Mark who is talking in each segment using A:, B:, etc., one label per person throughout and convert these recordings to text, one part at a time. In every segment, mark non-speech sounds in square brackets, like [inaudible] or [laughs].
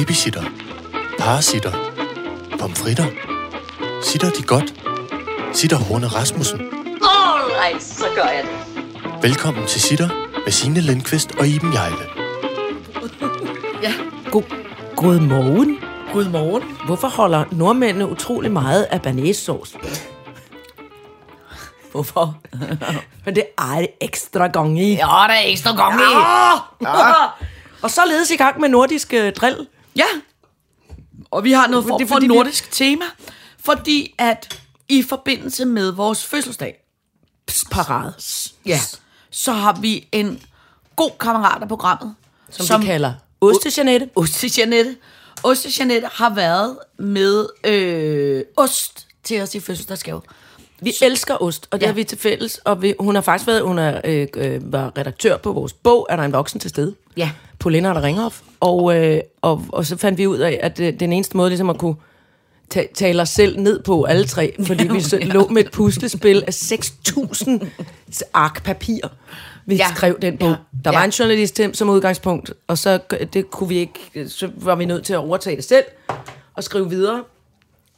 A: Babysitter. Parasitter. Pomfritter. Sitter de godt? Sitter Horne Rasmussen.
B: Alright, så gør jeg det.
A: Velkommen til Sitter med Signe Lindqvist og Iben Jejle.
C: God, god morgen.
D: Godmorgen.
C: Hvorfor holder nordmændene utrolig meget af banæssauce?
D: [laughs]
C: Hvorfor? Men det er ekstra gang i.
D: Ja, der er ekstra gang i.
C: [laughs] Og således i gang med nordisk øh, drill.
D: Ja. Og vi har noget
C: Det er
D: form for
C: fordi, vi-
D: nordisk tema, fordi at i forbindelse med vores fødselsdag,
C: Parade.
D: ja. så har vi en god kammerat af programmet,
C: Som, som de kalder ostejanette.
D: Ostejanette. Ostejanette har været med øh, ost til os i fødselsdagsgave.
C: Vi elsker ost, og det
D: Ja.
C: ja. har vi til fælles. Og vi, hun har faktisk været, hun er, øh, øh, var redaktør på vores bog, Er der en voksen til stede?
D: Ja.
C: På Lennart og Ringhoff. Og, øh, og, og så fandt vi ud af, at øh, den eneste måde ligesom at kunne ta- tale os selv ned på alle tre, fordi vi
D: [laughs]
C: så, lå med et puslespil af 6.000 ark papir. Vi
D: Ja.
C: ja. skrev den bog.
D: Ja.
C: Ja. Der var
D: Ja.
C: en journalist til som udgangspunkt, og så, g- det kunne vi ikke, så var vi nødt til at overtage det selv og skrive videre.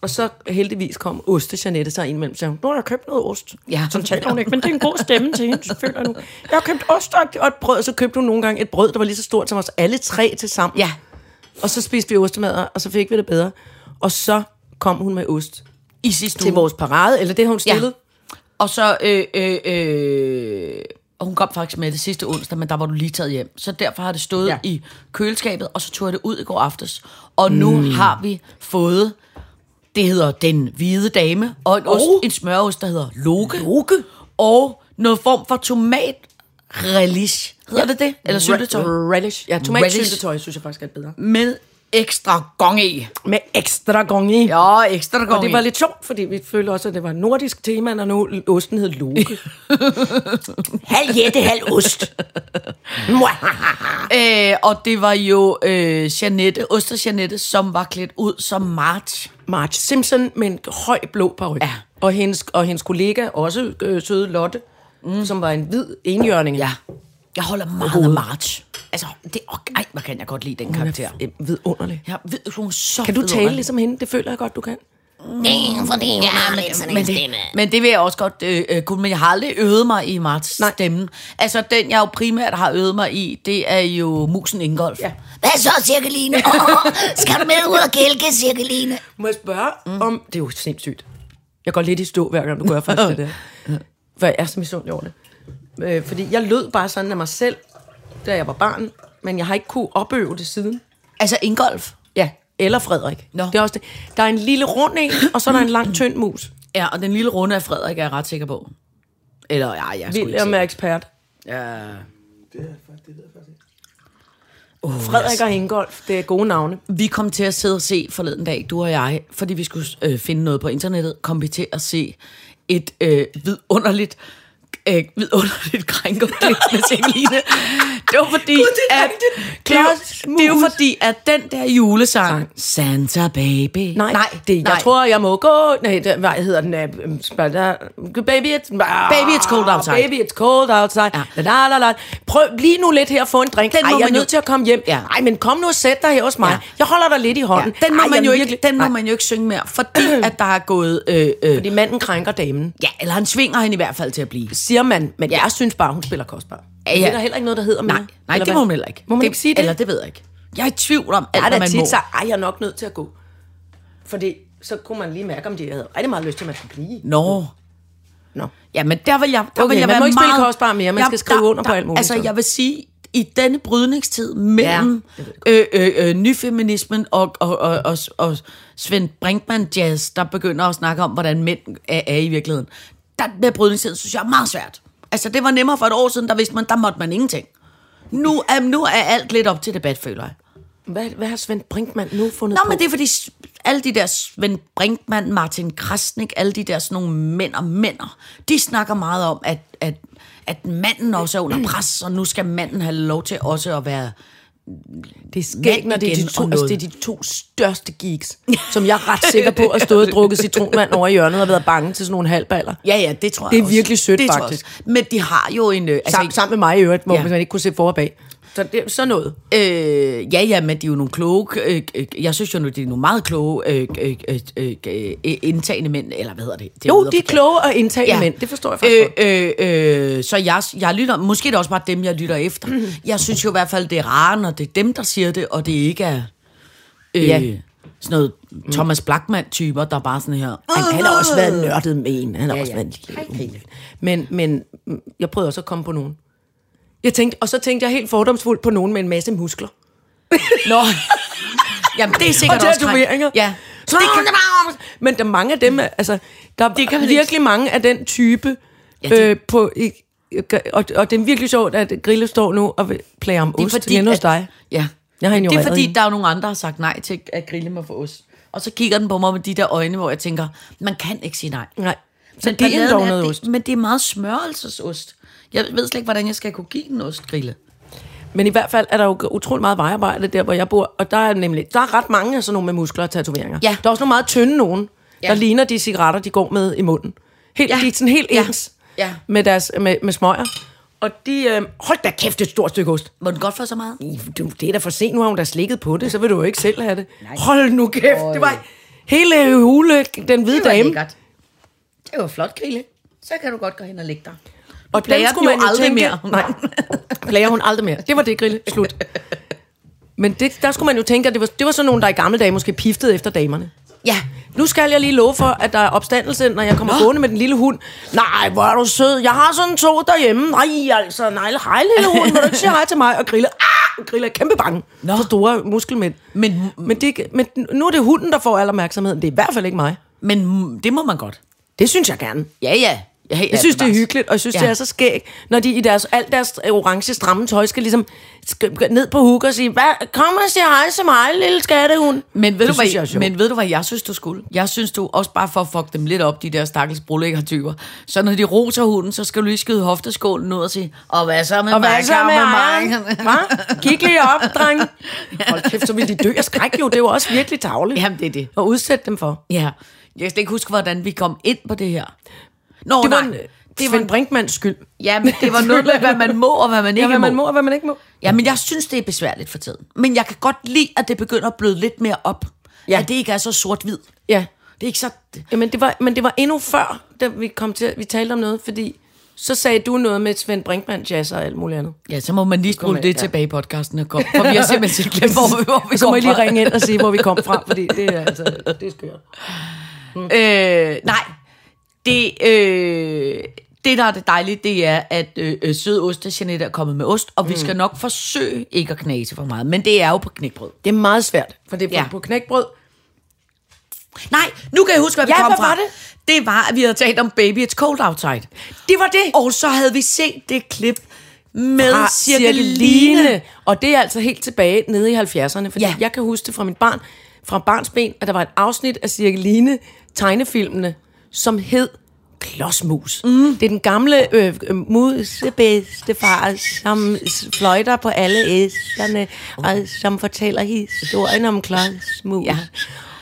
C: Og så heldigvis kom Oste Janette så ind imellem og sagde, nu har jeg købt noget ost.
D: Ja.
C: Sådan taler hun ikke, men det er en god stemme til hende, føler [laughs] nu. Jeg har købt ost og og et brød, og så købte hun nogle gange et brød, der var lige så stort som os alle tre til sammen.
D: Ja.
C: Og så spiste vi ostemad, og så fik vi det bedre. Og så kom hun med ost
D: I sidste
C: til
D: uge.
C: vores parade, eller det har hun
D: Ja.
C: stillet.
D: Og så, øh, øh, øh, og hun kom faktisk med det sidste onsdag, men der var du lige taget hjem. Så derfor har det stået ja.
C: Ja.
D: i køleskabet, og så tog jeg det ud i går aftes. Og nu har vi fået, det hedder Den Hvide Dame, og en, ost,
C: Oh.
D: en smørost, der hedder Loke. Loke. Og noget form for tomat relish. Hedder ja. det det? Eller syltetøj?
C: Re- Relish. Mm. Ja, tomatsyltetøj, synes jeg faktisk er bedre.
D: Med ekstra gong i.
C: Med ekstra gong i.
D: Ja, ekstra gong
C: Og det var lidt sjovt, fordi vi følte også, at det var et nordisk tema, når nu osten hed Loke. halv jætte, halv ost.
D: Øh, og det var jo øh, Janette, Oster Janette, som var klædt ud som March.
C: Marge Simpson med en høj blå paryk.
D: Ja.
C: Og, hendes, og hendes kollega, også øh, søde Lotte, mm. som var en hvid enhjørning.
D: Ja. Jeg holder meget af March. Altså, det, og, ej, hvor kan jeg godt lide den
C: Hun
D: karakter.
C: er øh, vidunderlig.
D: Jeg ved, hun er så
C: Kan du tale
D: vidunderlig.
C: ligesom hende? Det føler jeg godt, du kan.
D: men det, men det vil jeg også godt øh, øh, kunne, men jeg har aldrig øvet mig i Marts Nej. stemmen. Altså, den jeg jo primært har øvet mig i, det er jo Musen Ingolf. Ja.
B: Hvad så, Cirkeline? Åh, skal du med ud og kælke, Cirkeline?
C: Må jeg spørge mm. om... Det er jo sindssygt. Jeg går lidt i stå, hver gang du gør først det. For jeg er så misundelig over det. Øh, fordi jeg lød bare sådan af mig selv, da jeg var barn. Men jeg har ikke kunne opøve det siden.
D: Altså, Ingolf.
C: Ja, eller Frederik.
D: Nå.
C: Det er også det. Der er en lille rund en, og så er der en lang, tynd mus.
D: Ja, og den lille runde af Frederik er jeg ret sikker på. Eller, ja, jeg er sgu ikke
C: William er
D: sikker.
C: ekspert.
D: Ja.
C: Frederik og Ingolf, det er gode navne.
D: Vi kom til at sidde og se forleden dag, du og jeg, fordi vi skulle øh, finde noget på internettet, kom vi til at se et øh, vidunderligt øh, vidunderligt krænkerklip med Celine. Det var fordi, Gud, det er at, det, er jo, det er jo fordi, at den der julesang, Santa Baby.
C: Nej, nej, det, jeg
D: nej.
C: tror, jeg må gå... Nej, det, hvad hedder den? øh, øh, spørg- der- Baby, it's, Ah,
D: Baby, it's cold outside.
C: Baby, it's cold outside.
D: Ja.
C: Ja. La, la, la, la. Prøv lige nu lidt her og få en drink.
D: Den
C: Den
D: må
C: Ej, jeg
D: man
C: er
D: jo-
C: nødt til at komme hjem.
D: Ja.
C: Ja. Ej, men kom nu og sæt dig her hos mig.
D: Ja.
C: Ja. Jeg holder dig lidt i hånden.
D: Ja, den må,
C: Ej,
D: man
C: jeg
D: jo
C: virkelig-
D: ikke, den må
C: Nej,
D: man jo ikke synge mere,
C: [clears throat]
D: fordi at der er gået... Øh, øh,
C: Fordi manden krænker damen,
D: ja, eller han svinger hende i hvert fald til at blive.
C: siger man. Men
D: Ja.
C: ja. jeg synes bare, hun spiller kostbar.
D: Ja,
C: Ja,
D: ja.
C: ja. Det er der heller ikke noget, der hedder
D: Nej,
C: mere.
D: nej
C: Eller
D: det
C: hvad?
D: må man heller ikke.
C: Må man ikke sige det?
D: Eller det ved jeg ikke. Jeg er i tvivl om alt,
C: Jeg er
D: hvad
C: da
D: man må.
C: tit så, ej, jeg er nok nødt til at gå. Fordi så kunne man lige mærke, om de havde rigtig meget lyst til, at man skulle blive.
D: Nå.
C: Nå.
D: Ja, men der vil jeg, der
C: Okay,
D: vil jeg
C: man
D: være
C: må ikke spille
D: meget...
C: kostbar mere, man
D: Ja,
C: skal skrive under på alt muligt,
D: Altså,
C: så.
D: jeg vil sige, i denne brydningstid mellem ja, øh, øh, øh, nyfeminismen og, og, og, og, og Svend Brinkmann jazz, der begynder at snakke om, hvordan mænd er, er i virkeligheden. Der, den der brydningstid, synes jeg er meget svært. Altså, det var nemmere for et år siden, der vidste man, der måtte man ingenting. Nu er, nu er alt lidt op til debat, føler jeg.
C: Hvad, hvad har Svend Brinkmann nu fundet
D: Nå,
C: på?
D: men det er fordi s- alle de der Svend Brinkmann, Martin Krasnik, alle de der sådan nogle mænd og mænder, de snakker meget om, at, at, at manden også er
C: Mm.
D: under pres, og nu skal manden have lov til også at være...
C: Det er skægt, når det er, de
D: igen
C: to,
D: og
C: altså, det er de to største
D: [laughs]
C: geeks, som jeg er ret sikker på har stået og drukket citronvand over i hjørnet og været bange til sådan nogle halvballer.
D: Ja, ja, det tror jeg
C: Det er
D: også.
C: virkelig sødt,
D: det tror jeg
C: faktisk.
D: også. Men de har jo en... øh, Altså,
C: Sam, sammen med mig i øvrigt, hvor
D: Ja.
C: ja. man ikke kunne se for og bag. Så det, sådan noget.
D: Øh, ja, ja, men de er jo nogle kloge... Øh, øh, jeg synes jo, nu, de er nogle meget kloge øh, øh, øh, øh, øh, indtagende mænd, eller hvad hedder det? det
C: Jo,
D: lyder
C: de er
D: forkert.
C: kloge og indtagende ja. mænd. Det forstår jeg faktisk øh, godt.
D: øh, øh, øh, Så jeg, jeg lytter... Måske er det også bare dem, jeg lytter efter.
C: Mhm.
D: Jeg synes jo i hvert fald, det er rarere, når det er dem, der siger det, og det ikke er... Øh,
C: Ja.
D: ja. Sådan noget Thomas Blackman-typer, der er bare sådan her...
C: Han, han har også været nørdet med en. Han har ja, også
D: ja.
C: været en lille men, men mm, jeg prøvede også at komme på nogen. Jeg tænkte, og så tænkte jeg helt fordomsfuldt på nogen med en masse muskler.
D: Nå. Jamen, det er sikkert
C: og
D: også... krænk-
C: tatoveringer.
D: Ja. Mm.
C: Så det kan, men der er mange af dem, er- altså, der det
D: kan
C: kan
D: man
C: virkelig ikke. mange af den type. Ja,
D: det-
C: det... øh, på, i, og, og det er virkelig sjovt, at Grille står nu og vil- plager om
D: Det er
C: ost fordi, hos dig.
D: Ja.
C: Jeg har
D: det er
C: ignoreret
D: fordi,
C: hende.
D: der er nogle andre, der har sagt nej til at grille mig for ost. Og så kigger den på mig med de der øjne, hvor jeg tænker, man kan ikke sige nej.
C: Nej. Så
D: Men
C: det er
D: balladen
C: dog noget
D: det,
C: ost.
D: Men det er meget smørelsesost. Jeg ved slet ikke, hvordan jeg skal kunne give den ostgrille.
C: Men i hvert fald er der jo utrolig meget vejarbejde der, hvor jeg bor. Og der er nemlig der er ret mange af sådan nogle med muskler og tatoveringer.
D: Ja.
C: Der er også nogle meget tynde nogen,
D: Ja.
C: ja. der ligner de cigaretter, de går med i munden. Helt,
D: Ja.
C: ja. De er sådan helt
D: Ja.
C: ens
D: Ja.
C: Med, deres, med, med smøger. Og de, øh, hold da kæft, det er et stort stykke ost.
D: Må den godt få så meget?
C: Du, det er da for sent, nu har hun da slikket på det, så vil du jo ikke selv have det. Nej. Hold nu kæft, det var hele hule, den hvide
D: Det var
C: dame.
D: lækkert. Det var flot, Grille. Så kan du godt gå hen og lægge dig.
C: Og
D: Plager
C: den
D: den
C: skulle man
D: jo
C: jo
D: aldrig
C: tænke,
D: mere.
C: Nej, [laughs] plager hun aldrig mere. Det var det, Grille. Slut. Men det, der skulle man jo tænke, at det var, det var sådan nogen, der i gamle dage måske piftede efter damerne.
D: Ja.
C: Nu skal jeg lige love for, at der er opstandelse, når jeg kommer gående med den lille hund. Nej, hvor er du sød. Jeg har sådan to derhjemme. Nej, altså, nej, hej lille hund. Må du ikke sige hej til mig? Og grille. Ah, grille er kæmpe bange Nå. for store muskelmænd.
D: Men-
C: men, det, men nu er det hunden, der får al opmærksomheden. Det er i hvert fald ikke mig.
D: Men mm, det må man godt.
C: Det synes jeg gerne.
D: Ja, ja. Jeg,
C: Jeg synes, det er hyggeligt, og jeg synes,
D: Ja.
C: ja. det er så skægt, når de i deres, alt deres øh, orange stramme tøj skal ligesom sk- gå ned på huk og sige, Hvad, kom og sige hej til mig, lille skattehund.
D: Men ved,
C: det
D: du, hvad,
C: synes jeg er sjovt.
D: men ved du, hvad jeg synes, du skulle? Jeg synes, du også bare for at fuck dem lidt op, de der stakkels brolæggertyper. Så når de roser hunden, så skal du lige skyde hofteskålen ud og sige, og hvad så med
C: og
D: mig?
C: hvad så med
D: Kom
C: ejeren? Hva? Gik lige op,
D: [laughs]
C: dreng. Hold kæft, så ville de dø af skræk jo. Det er jo også virkelig tavligt.
D: Jamen, det er det.
C: At udsætte dem for.
D: [laughs] Ja, jeg kan ikke huske, hvordan vi kom ind på det her. Nå,
C: det var,
D: nej.
C: en, det var en Brinkmanns skyld.
D: ja, men det var noget med, hvad man må og hvad man ikke
C: Ja, hvad
D: må.
C: man må og hvad man ikke må.
D: Ja, men jeg synes, det er besværligt for tiden. Men jeg kan godt lide, at det begynder at bløde lidt mere op. Ja.
C: Ja.
D: At det ikke er så sort-hvid.
C: Ja.
D: Det er ikke så...
C: Jamen, det var, men det var endnu før, da vi kom til, vi talte om noget, fordi så sagde du noget med Svend Brinkmann jazz og alt muligt andet.
D: Ja, så må man lige
C: Kom
D: spole
C: med,
D: det
C: ja.
D: tilbage i podcasten og komme. For vi har [laughs] simpelthen glemt,
C: [laughs]
D: hvor, hvor vi
C: Så må jeg
D: kom
C: lige
D: fra.
C: ringe ind og sige, hvor vi kom
D: [laughs]
C: fra, fordi det er altså, det er skørt.
D: Øh, nej, det, øh, det der er det dejlige, det er, at øh, øh, søde ost, Jeanette er kommet med ost, og mm. vi skal nok forsøge ikke at knase for meget, men det er jo på knækbrød.
C: Det er meget svært, for det er på,
D: Ja.
C: ja. på knækbrød.
D: Nej, nu kan jeg huske, hvad vi
C: Ja,
D: kom
C: hvad
D: fra.
C: var
D: det? Det var, at vi havde talt om Baby It's Cold Outside.
C: Det var det.
D: Og så havde vi set det klip med
C: fra
D: Cirkeline.
C: Cirkeline. Og det er altså helt tilbage nede i 70'erne, fordi
D: Ja.
C: ja. jeg kan huske det fra min barn, fra barns ben, at der var et afsnit af Cirkeline tegnefilmene, som hed Klodsmus. Mm. Det er den gamle øh, øh, musebedstefar, som s- fløjter på alle æserne, og som fortæller historien om Klodsmus.
D: Oh. Ja.
C: Ja.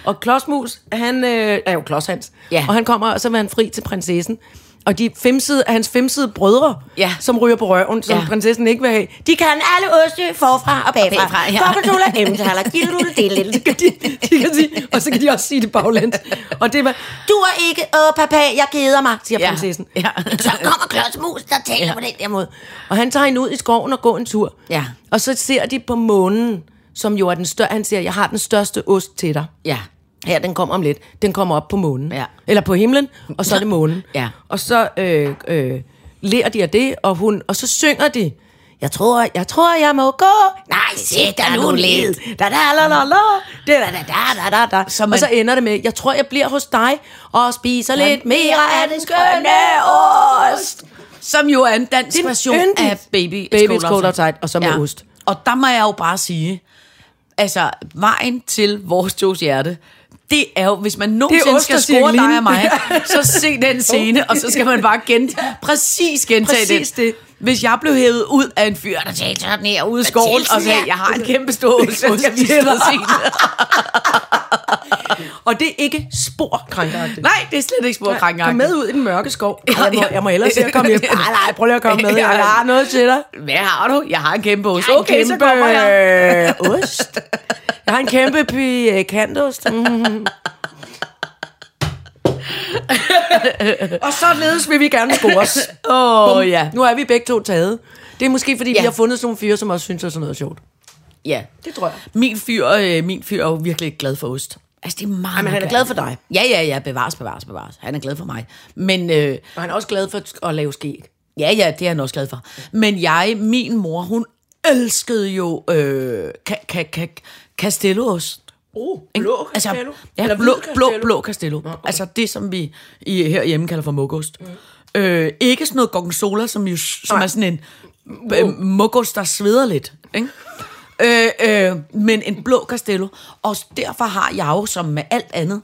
C: Og Klodsmus, han øh, er jo Klodshans,
D: Ja.
C: og han kommer, og så vil han fri til prinsessen. Og de femsede, hans femsede brødre,
D: Ja.
C: som ryger på røven, som
D: Ja.
C: ja. prinsessen ikke vil have. De kan alle oste forfra og bagfra.
B: bagfra, ja.
C: [laughs] Forkontroller, emmentaler, gildelulle, dillel. De, kan- de, de kan sige, og så kan de også sige det baglæns. Og det var, du er ikke, åh papa, jeg keder mig, siger
D: Ja.
C: ja. prinsessen.
D: Ja.
B: Så kommer klodsmus, der taler på den der måde.
C: Og han tager hende ud i skoven og går en tur.
D: Ja.
C: Og så ser de på månen, som jo er den største, han siger, jeg har den største ost til dig.
D: Ja.
C: Ja, den kommer om lidt. Den kommer op på månen.
D: Ja.
C: Eller på himlen, og så er det månen.
D: Ja.
C: Og så øh, øh, lærer de af det, og, hun, og så synger de. Jeg tror, jeg tror, jeg må gå.
B: Nej, sæt dig nu ned.
C: Da, da, la, la, la. Da, da, da, da, da, da.
D: Så
C: Så
D: man-
C: man... Og så ender det med, jeg tror, jeg bliver hos dig og spiser ja. lidt mere af den skønne ost.
D: Som jo er en dansk
C: Det er
D: version
C: yndigt.
D: af Baby It's
C: Baby It's Cold Outside, og så med ost.
D: Og der må jeg jo bare sige, altså, vejen til vores Joes hjerte, det er jo, hvis man nogensinde skal score
C: Ostercirklen.
D: dig og mig, så se den scene, og så skal man bare gen, præcis gentage
C: Præcis
D: den.
C: det.
D: Hvis jeg blev hævet ud af en fyr, der sagde sådan her ude i skoven, og sagde, jeg har en kæmpe stor ost,
C: skal
D: ost-
C: til dig."
D: [laughs] ost-
C: Og det er ikke spor krænkeragtigt.
D: Nej, det er slet ikke spor
C: Kom
D: krænkagtigt.
C: med ud i den mørke skov. Ej, jeg, må, jeg må hellere se at [laughs] komme hjem.
D: Ja.
C: Nej, nej, prøv lige at komme med. Jeg har noget til dig.
D: Hvad har du? Jeg har en kæmpe øh, ost.
C: Jeg har en
D: Okay,
C: kæmpe
D: så kommer jeg.
C: [laughs] ost. Jeg har en kæmpe eh, pikantost. Mm. og således vil vi gerne [laughs] scores.
D: Åh, oh, ja.
C: Nu er vi begge to taget. Det er måske, fordi ja.
D: Ja.
C: vi har fundet sådan nogle fyre, som også synes, at sådan noget er sjovt.
D: Ja.
C: Det tror jeg.
D: Min fyr, øh, min fyr er jo virkelig ikke glad for ost. Altså, det er meget...
C: Jamen, han er
D: meget
C: glad for dig.
D: Ja, ja, ja. Bevares, bevares, bevares. Han er glad for mig. Men... Øh,
C: Og han er også glad for at lave skæg.
D: Ja, ja, det er han også glad for. Men jeg, min mor, hun elskede jo øh, ka, ka, ka, Castello-ost.
C: Oh,
D: ikke? Altså, ja, Eller blå, blå, blå Castello. Okay. Altså det, som vi i, herhjemme kalder for mokost. Mm. Øh, ikke sådan noget gorgonzola, som, jo, som er sådan en øh, mokost, der sveder lidt. Ikke? øh, øh, men en blå Castello. Og derfor har jeg jo, som med alt andet,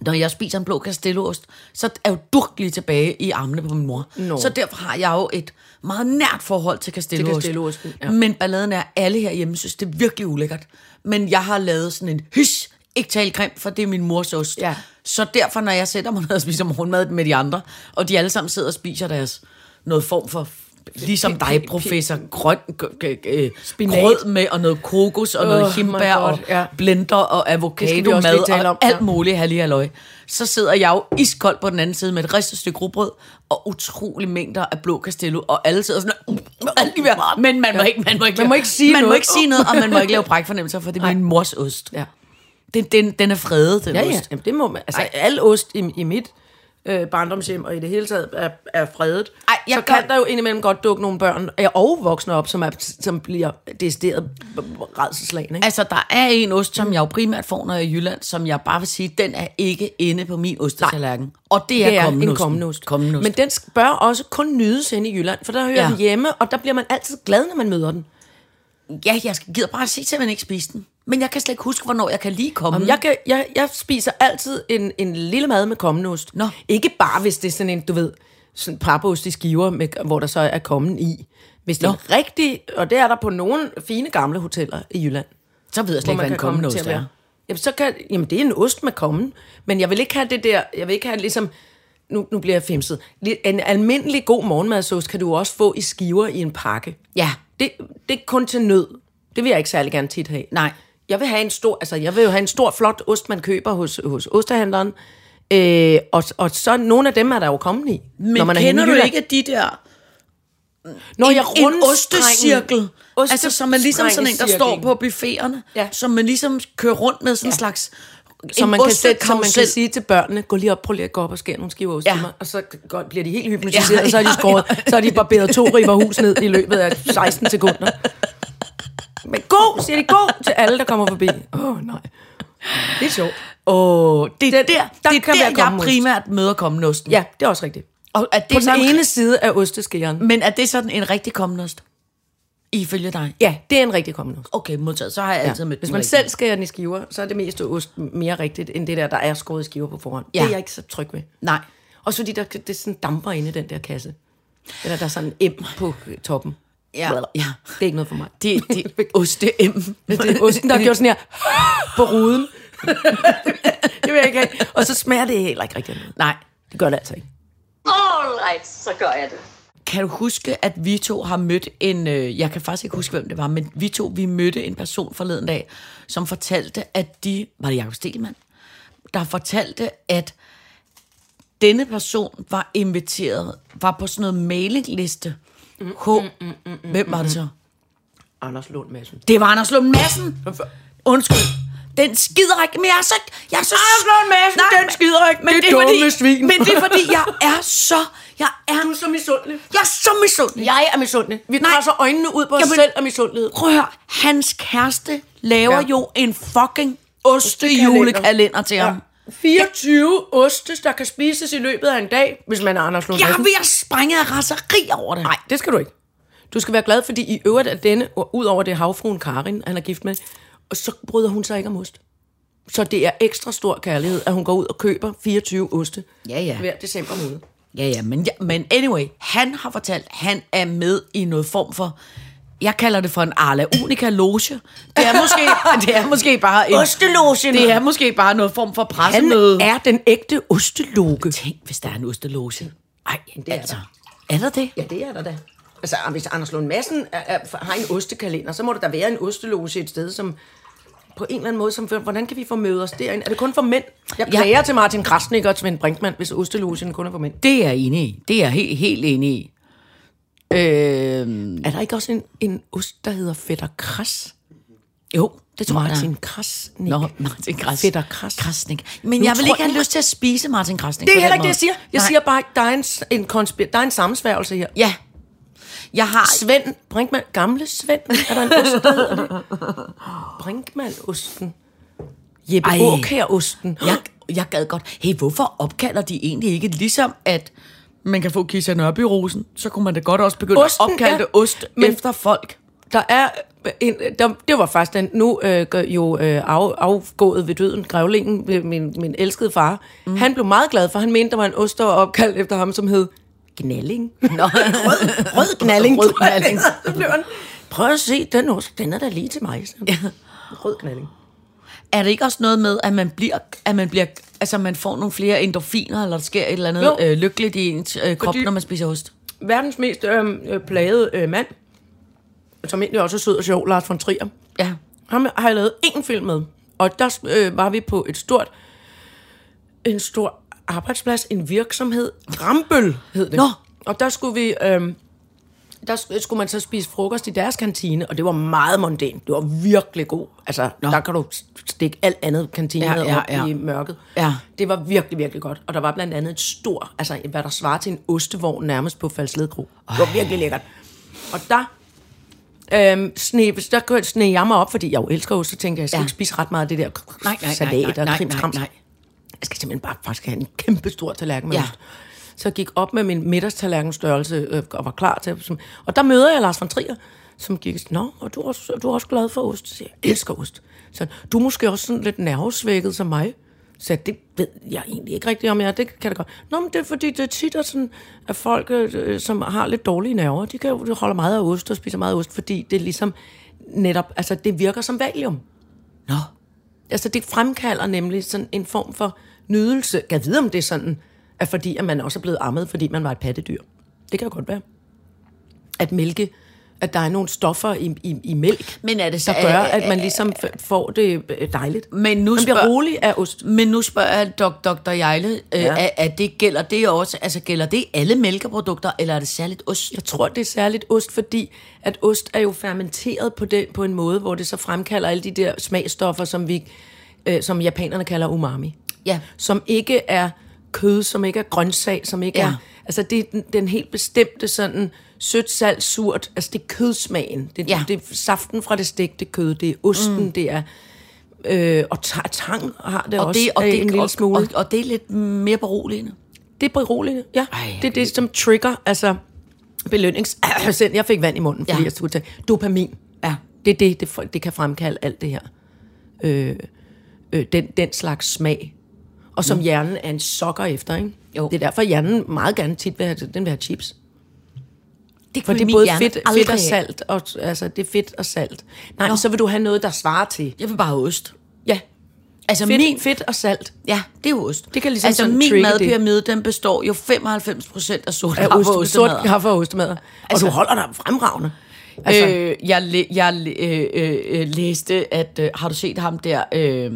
D: når jeg spiser en blå castelloost, så er jeg jo durk lige tilbage i armene på min mor.
C: Nå.
D: Så derfor har jeg jo et meget nært forhold til castelloost.
C: Castelloosten, ja.
D: Men balladen er, at alle herhjemme synes, det er virkelig ulækkert. Men jeg har lavet sådan en hys, ikke tale grimt, for det er min mors ost.
C: Ja.
D: Så derfor, når jeg sætter mig ned og spiser morgenmad med de andre, og de alle sammen sidder og spiser deres noget form for Ligesom dig, professor, grøn, g- g- øh,
C: Spinat.
D: grød med, og noget kokos, og noget
C: Åh, my
D: hindbær, og
C: God, ja.
D: blender, og
C: Det skal vi
D: avocado,
C: også lige
D: mad,
C: tale
D: og
C: om,
D: alt
C: ja.
D: muligt hallihalløj. Så sidder jeg jo iskold på den anden side med et ristet stykke rugbrød og utrolig mængder af blå castello, og alle sidder sådan, "Uh, uh, alt lige ved." men man må ikke, man må ikke,
C: Man må ikke sige
D: man Må
C: noget.
D: ikke sige noget, og man må ikke lave brækfornemmelser, for det er min mors ost.
C: Ja.
D: Den, den, den er fredet, den
C: Ja, ja.
D: ost.
C: Jamen, det må man. Altså, al ost i, i mit øh, barndomshjem og i det hele taget er, er fredet.
D: Ej, jeg
C: så
D: gør-
C: kan der jo indimellem godt dukke nogle børn ja, og voksne op, som, er, som bliver decideret redselslagende.
D: Altså, der er en ost, som jeg jo primært får, når jeg er i Jylland, som jeg bare vil sige, den er ikke inde på min ostetallerken. Og det er,
C: det er en
D: kommenost.
C: kommenost. Men den sk- bør også kun nydes hen i Jylland, for der hører
D: Ja.
C: ja. den hjemme, og der bliver man altid glad, når man møder den.
D: ja, jeg gider bare se, at man ikke spise den. Men jeg kan slet ikke huske, hvornår jeg kan lige komme.
C: Mm. Jeg, kan, jeg, jeg spiser altid en, en lille mad med kommenost.
D: Nå.
C: Ikke bare, hvis det er sådan en, du ved, sådan papost i skiver, med, hvor der så er kommen i. Hvis det Nå. er rigtig, og det er der på nogle fine gamle hoteller i Jylland.
D: Så ved jeg slet
C: hvor
D: ikke, hvad en
C: kan komme til
D: kommenost
C: at
D: er.
C: være. Jamen, så kan, jamen, det er en ost med kommen, men jeg vil ikke have det der, jeg vil ikke have ligesom, nu, nu bliver jeg femset. Lidt- En almindelig god morgenmadsost kan du jo også få i skiver i en pakke.
D: Ja.
C: Det, det er kun til nød. Det vil jeg ikke særlig gerne tit have.
D: Nej.
C: Jeg vil have en stor, altså jeg vil jo have en stor, flot ost, man køber hos, hos ostehandleren. Øh, og, og så nogle af dem er der jo kommet i.
D: Men
C: når man er henne
D: kender
C: i
D: du
C: Jylland.
D: ikke de der...
C: Når
D: en,
C: jeg
D: en
C: rundstrengen-
D: ostecirkel. Altså, som man ligesom sådan en, der står
C: ostestrengecirkel.
D: på buffeterne.
C: Ja.
D: Som man ligesom kører rundt med sådan en slags...
C: som
D: en
C: man, kan sætte, som man
D: ostekarrusel.
C: kan sige til børnene, gå lige op, prøv lige at gå op og skære nogle skiver ost
D: Ja.
C: ja. mig, og så godt, bliver de helt hypnotiseret,
D: Ja,
C: ja, og så er de
D: ja,
C: skåret,
D: ja.
C: ja, ja. så er de barberet to river hus ned i løbet af 16 sekunder. Men god, siger de, god til alle, der kommer forbi. Åh, oh, nej. Det er sjovt.
D: Åh, det er
C: Den-
D: der,
C: der
D: det er
C: kan
D: der
C: være
D: jeg
C: kommenost.
D: primært møder kommenost.
C: Ja, det er også rigtigt.
D: Og er det
C: På
D: sådan,
C: den ene side af osteskæren.
D: Men er det sådan en rigtig kommenost? Ifølge dig?
C: Ja, det er en rigtig kommenost.
D: Okay, modtaget. Så har jeg altid
C: Ja.
D: ja. mødt
C: Hvis
D: den
C: man
D: rigtige.
C: selv skærer den i skiver, så er det meste ost mere rigtigt, end det der, der er skåret i skiver på forhånd.
D: Ja.
C: Det er jeg ikke så tryg ved.
D: Nej.
C: Også fordi der, det sådan damper inde i den der kasse. Eller der er sådan en M på øh, toppen.
D: Ja. ja.
C: Det er ikke noget for mig.
D: Det, det oste M.
C: [laughs] Det er
D: [laughs]
C: osten, der har gjort sådan [laughs] her på ruden. det vil jeg ikke have. Og så smager det heller ikke rigtig af noget.
D: Nej.
C: Det gør det altså ikke.
E: Alright, så gør jeg det.
D: Kan du huske, at vi to har mødt en... Øh, jeg kan faktisk ikke huske, hvem det var, men vi to, vi mødte en person forleden dag, som fortalte, at de... Var det Jacob Stelmann? Der fortalte, at denne person var inviteret, var på sådan noget mailingliste. H. Hvem var det så?
C: Anders Lund Madsen.
D: Det var Anders Lund Madsen. Undskyld. Den skider ikke, men jeg er så... Jeg er så Anders Lund Madsen,
C: den skider ikke. Det
D: er
C: dumme svin.
D: Men det er fordi, jeg er så... Jeg er,
C: Du er så misundelig.
D: jeg er så misundelig.
C: Jeg er misundelig. Vi
D: Nej.
C: Nej. presser øjnene ud på os
D: Jamen-
C: selv af misundelighed.
D: Prøv at høre, hans kæreste laver ja.
C: Ja.
D: jo en fucking ostejulekalender til ja. ham.
C: 24 ostes, der kan spises i løbet af en dag, hvis man er Anders Lund
D: Jeg er
C: Madsen.
D: ved at sprænge af raseri over det.
C: Nej, det skal du ikke. Du skal være glad, fordi i øvrigt er denne, og ud over det havfruen Karin, han er gift med, Og så bryder hun sig ikke om ost. Så det er ekstra stor kærlighed, at hun går ud og køber 24 oste
D: Ja, ja.
C: hver december måned.
D: Ja, ja, men, ja, men anyway, han har fortalt, han er med i noget form for, jeg kalder det for en Arla Unica loge. Det er
C: [laughs]
D: måske, det er måske bare en...
C: Ostelogen.
D: Det er måske bare noget form for
C: Han
D: pressemøde.
C: er den ægte osteloge.
D: Tænk, hvis der er en osteloge. Ej, det
C: er
D: er altså. Er der det?
C: Ja, det er der da. Altså, hvis Anders Lund Madsen er, er, har en ostekalender, så må der da være en osteloge et sted, som på en eller anden måde, som, hvordan kan vi få møde os derind? Er det kun for mænd? Jeg
D: Ja.
C: klager til Martin Krasnik og Svend Brinkmann, hvis ostelogen kun er for mænd.
D: Det er jeg enig i. Det er jeg helt, helt enig i. Øhm,
C: Er der ikke også en, en ost, der hedder fætter kras?
D: jo, det tror jeg, der
C: Martin
D: er.
C: Krasnik.
D: Nå, Martin Kras.
C: Fætter Kras.
D: Krasnik. Men
C: Nu
D: jeg vil
C: tror
D: ikke have
C: jeg-
D: lyst til at spise Martin Krasnik.
C: Det
D: på
C: er
D: den
C: heller ikke
D: måde.
C: det, jeg siger. Jeg
D: Nej.
C: siger bare, der er en, s- en, konspir- der er en sammensværgelse her.
D: Ja. Jeg har...
C: Svend Brinkmann, gamle Svend, er der en ost, der hedder det?
D: [laughs]
C: Brinkmann-osten. Jeppe
D: Ej.
C: Aukær-osten.
D: Jeg, jeg gad godt. Hey, hvorfor opkalder de egentlig ikke ligesom, at man kan få Kisha Nørby-rosen, så kunne man da godt også begynde
C: Osten,
D: at opkalde
C: ja.
D: det ost
C: Men-
D: men, efter folk.
C: Der er øh, en, der, det var faktisk den nu øh, gør jo øh, af, afgået ved døden, grævlingen, øh, min, min elskede far. Mm. Han blev meget glad, for han mente, der var en ost, der var opkaldt efter ham, som hed Gnalling. Nå, [laughs] rød, rød Gnalling.
D: Rød
C: tror jeg,
D: Gnalling.
C: Så blev han, prøv at se den ost, den er da lige til mig. sagde han. Rød Gnalling.
D: Er det ikke også noget med, at man bliver, at man bliver altså man får nogle flere endorfiner, eller der sker et eller andet
C: Jo.
D: øh, lykkeligt i ens øh, krop,
C: Fordi-
D: Fordi... når man spiser ost?
C: Verdens mest øh, øh, plagede øh, mand, som egentlig også er sød og sjov, Lars von Trier.
D: Ja.
C: Ham har jeg lavet en film med. Og der øh, var vi på et stort, en stor arbejdsplads, en virksomhed. Rambøl hed det.
D: Nå.
C: Og der skulle vi... Øh, der sk- skulle man så spise frokost i deres kantine, og det var meget mondænt. Det var virkelig god. Altså, Nå. der kan du s- stikke alt andet kantine
D: Ja, ja,
C: ja, op
D: ja.
C: i mørket.
D: Ja.
C: Det var virkelig, virkelig godt. Og der var blandt andet et stor, altså hvad der svarer til en ostevogn nærmest på Falsledkro. Det var virkelig lækkert. Og der Øhm, sne, hvis der kunne sne jeg mig op, fordi jeg jo elsker ost, så tænker jeg, jeg skal ja.
D: Ja.
C: ikke spise ret meget af det der
D: nej, nej,
C: salat
D: nej,
C: og
D: nej,
C: krimskrams.
D: nej, nej.
C: Jeg skal simpelthen bare faktisk have en kæmpe stor tallerken med
D: Ja.
C: ja. ost. Så jeg gik op med min middagstallerken størrelse øh, og var klar til som, Og der møder jeg Lars von Trier, som gik og sagde, Nå, og du er, også, du er også glad for ost. Så siger, jeg jeg elsker ost. Så du er måske også sådan lidt nervesvækket som mig. Så jeg, det ved jeg egentlig ikke rigtigt om jeg er. Det kan det godt. Nå, men det er fordi, det er tit er sådan, at folk, øh, som har lidt dårlige nerver, de, kan, jo- de holder meget af ost og spiser meget af ost, fordi det er ligesom netop, altså det virker som valium.
D: Nå.
C: Altså det fremkalder nemlig sådan en form for nydelse. Jeg vide, om det er sådan, at fordi at man også er blevet ammet, fordi man var et pattedyr. Det kan jo godt være. At mælke, at der er nogle stoffer i, i, i mælk,
D: Men er det så-
C: der gør,
D: er- er-
C: at man ligesom f- får det øh, dejligt.
D: Men nu
C: man bliver
D: spørg-
C: rolig af ost.
D: Men nu spørger jeg dok, Dr. Jejle, øh,
C: Ja.
D: ja. er, er det, gælder det også, altså gælder det alle mælkeprodukter, eller er det særligt ost?
C: Jeg tror, det er særligt ost, fordi at ost er jo fermenteret på, det, på en måde, hvor det så fremkalder alle de der smagstoffer, som, vi, øh, som japanerne kalder umami.
D: Ja.
C: Som ikke er kød, som ikke er grøntsag, som ikke ja.
D: Ja.
C: er... Altså, det er den, den helt bestemte sådan sødt, salt, surt. Altså, det er kødsmagen. Det,
D: Ja.
C: det er saften fra det stegte kød. Det er osten, mm. det er... Øh, og ta- tang har det
D: Og
C: også
D: det, og,
C: øh, en
D: det,
C: lille
D: og,
C: smule.
D: og, og det er lidt mere beroligende.
C: Det er beroligende, ja.
D: Ej,
C: det er det, som trigger, altså belønnings... [clears throat] Send, jeg fik vand i munden, fordi ja.
D: Ja.
C: jeg skulle tage... Dopamin.
D: Ja.
C: Det er det, det, for- det kan fremkalde alt det her. Øh, øh, den, den slags smag. Og som mm. hjernen er en sokker efter, ikke?
D: Jo.
C: Det er derfor, hjernen meget gerne tit vil have, den vil have chips.
D: Det
C: For
D: kunne
C: det er
D: min
C: både
D: hjerne
C: fedt, fedt
D: aldrig
C: og
D: have.
C: salt. Og, altså, det er fedt og salt. Nej, men så vil du have noget, der svarer til.
D: Jeg vil bare have ost.
C: Ja,
D: Altså
C: fedt,
D: min,
C: fedt og salt.
D: ja, det er jo ost.
C: Det kan ligesom
D: altså
C: sådan
D: min
C: trigge
D: madpyramide, den består jo 95% af sort
C: Af
D: kaffe og
C: ost, sort
D: ostemad.
C: kaffe og ostemad. Altså,
D: Altså-
C: og du holder dig fremragende. Altså, øh,
D: Øh, jeg læ- jeg læ- øh, øh, øh, læste, at øh, har du set ham der, øh,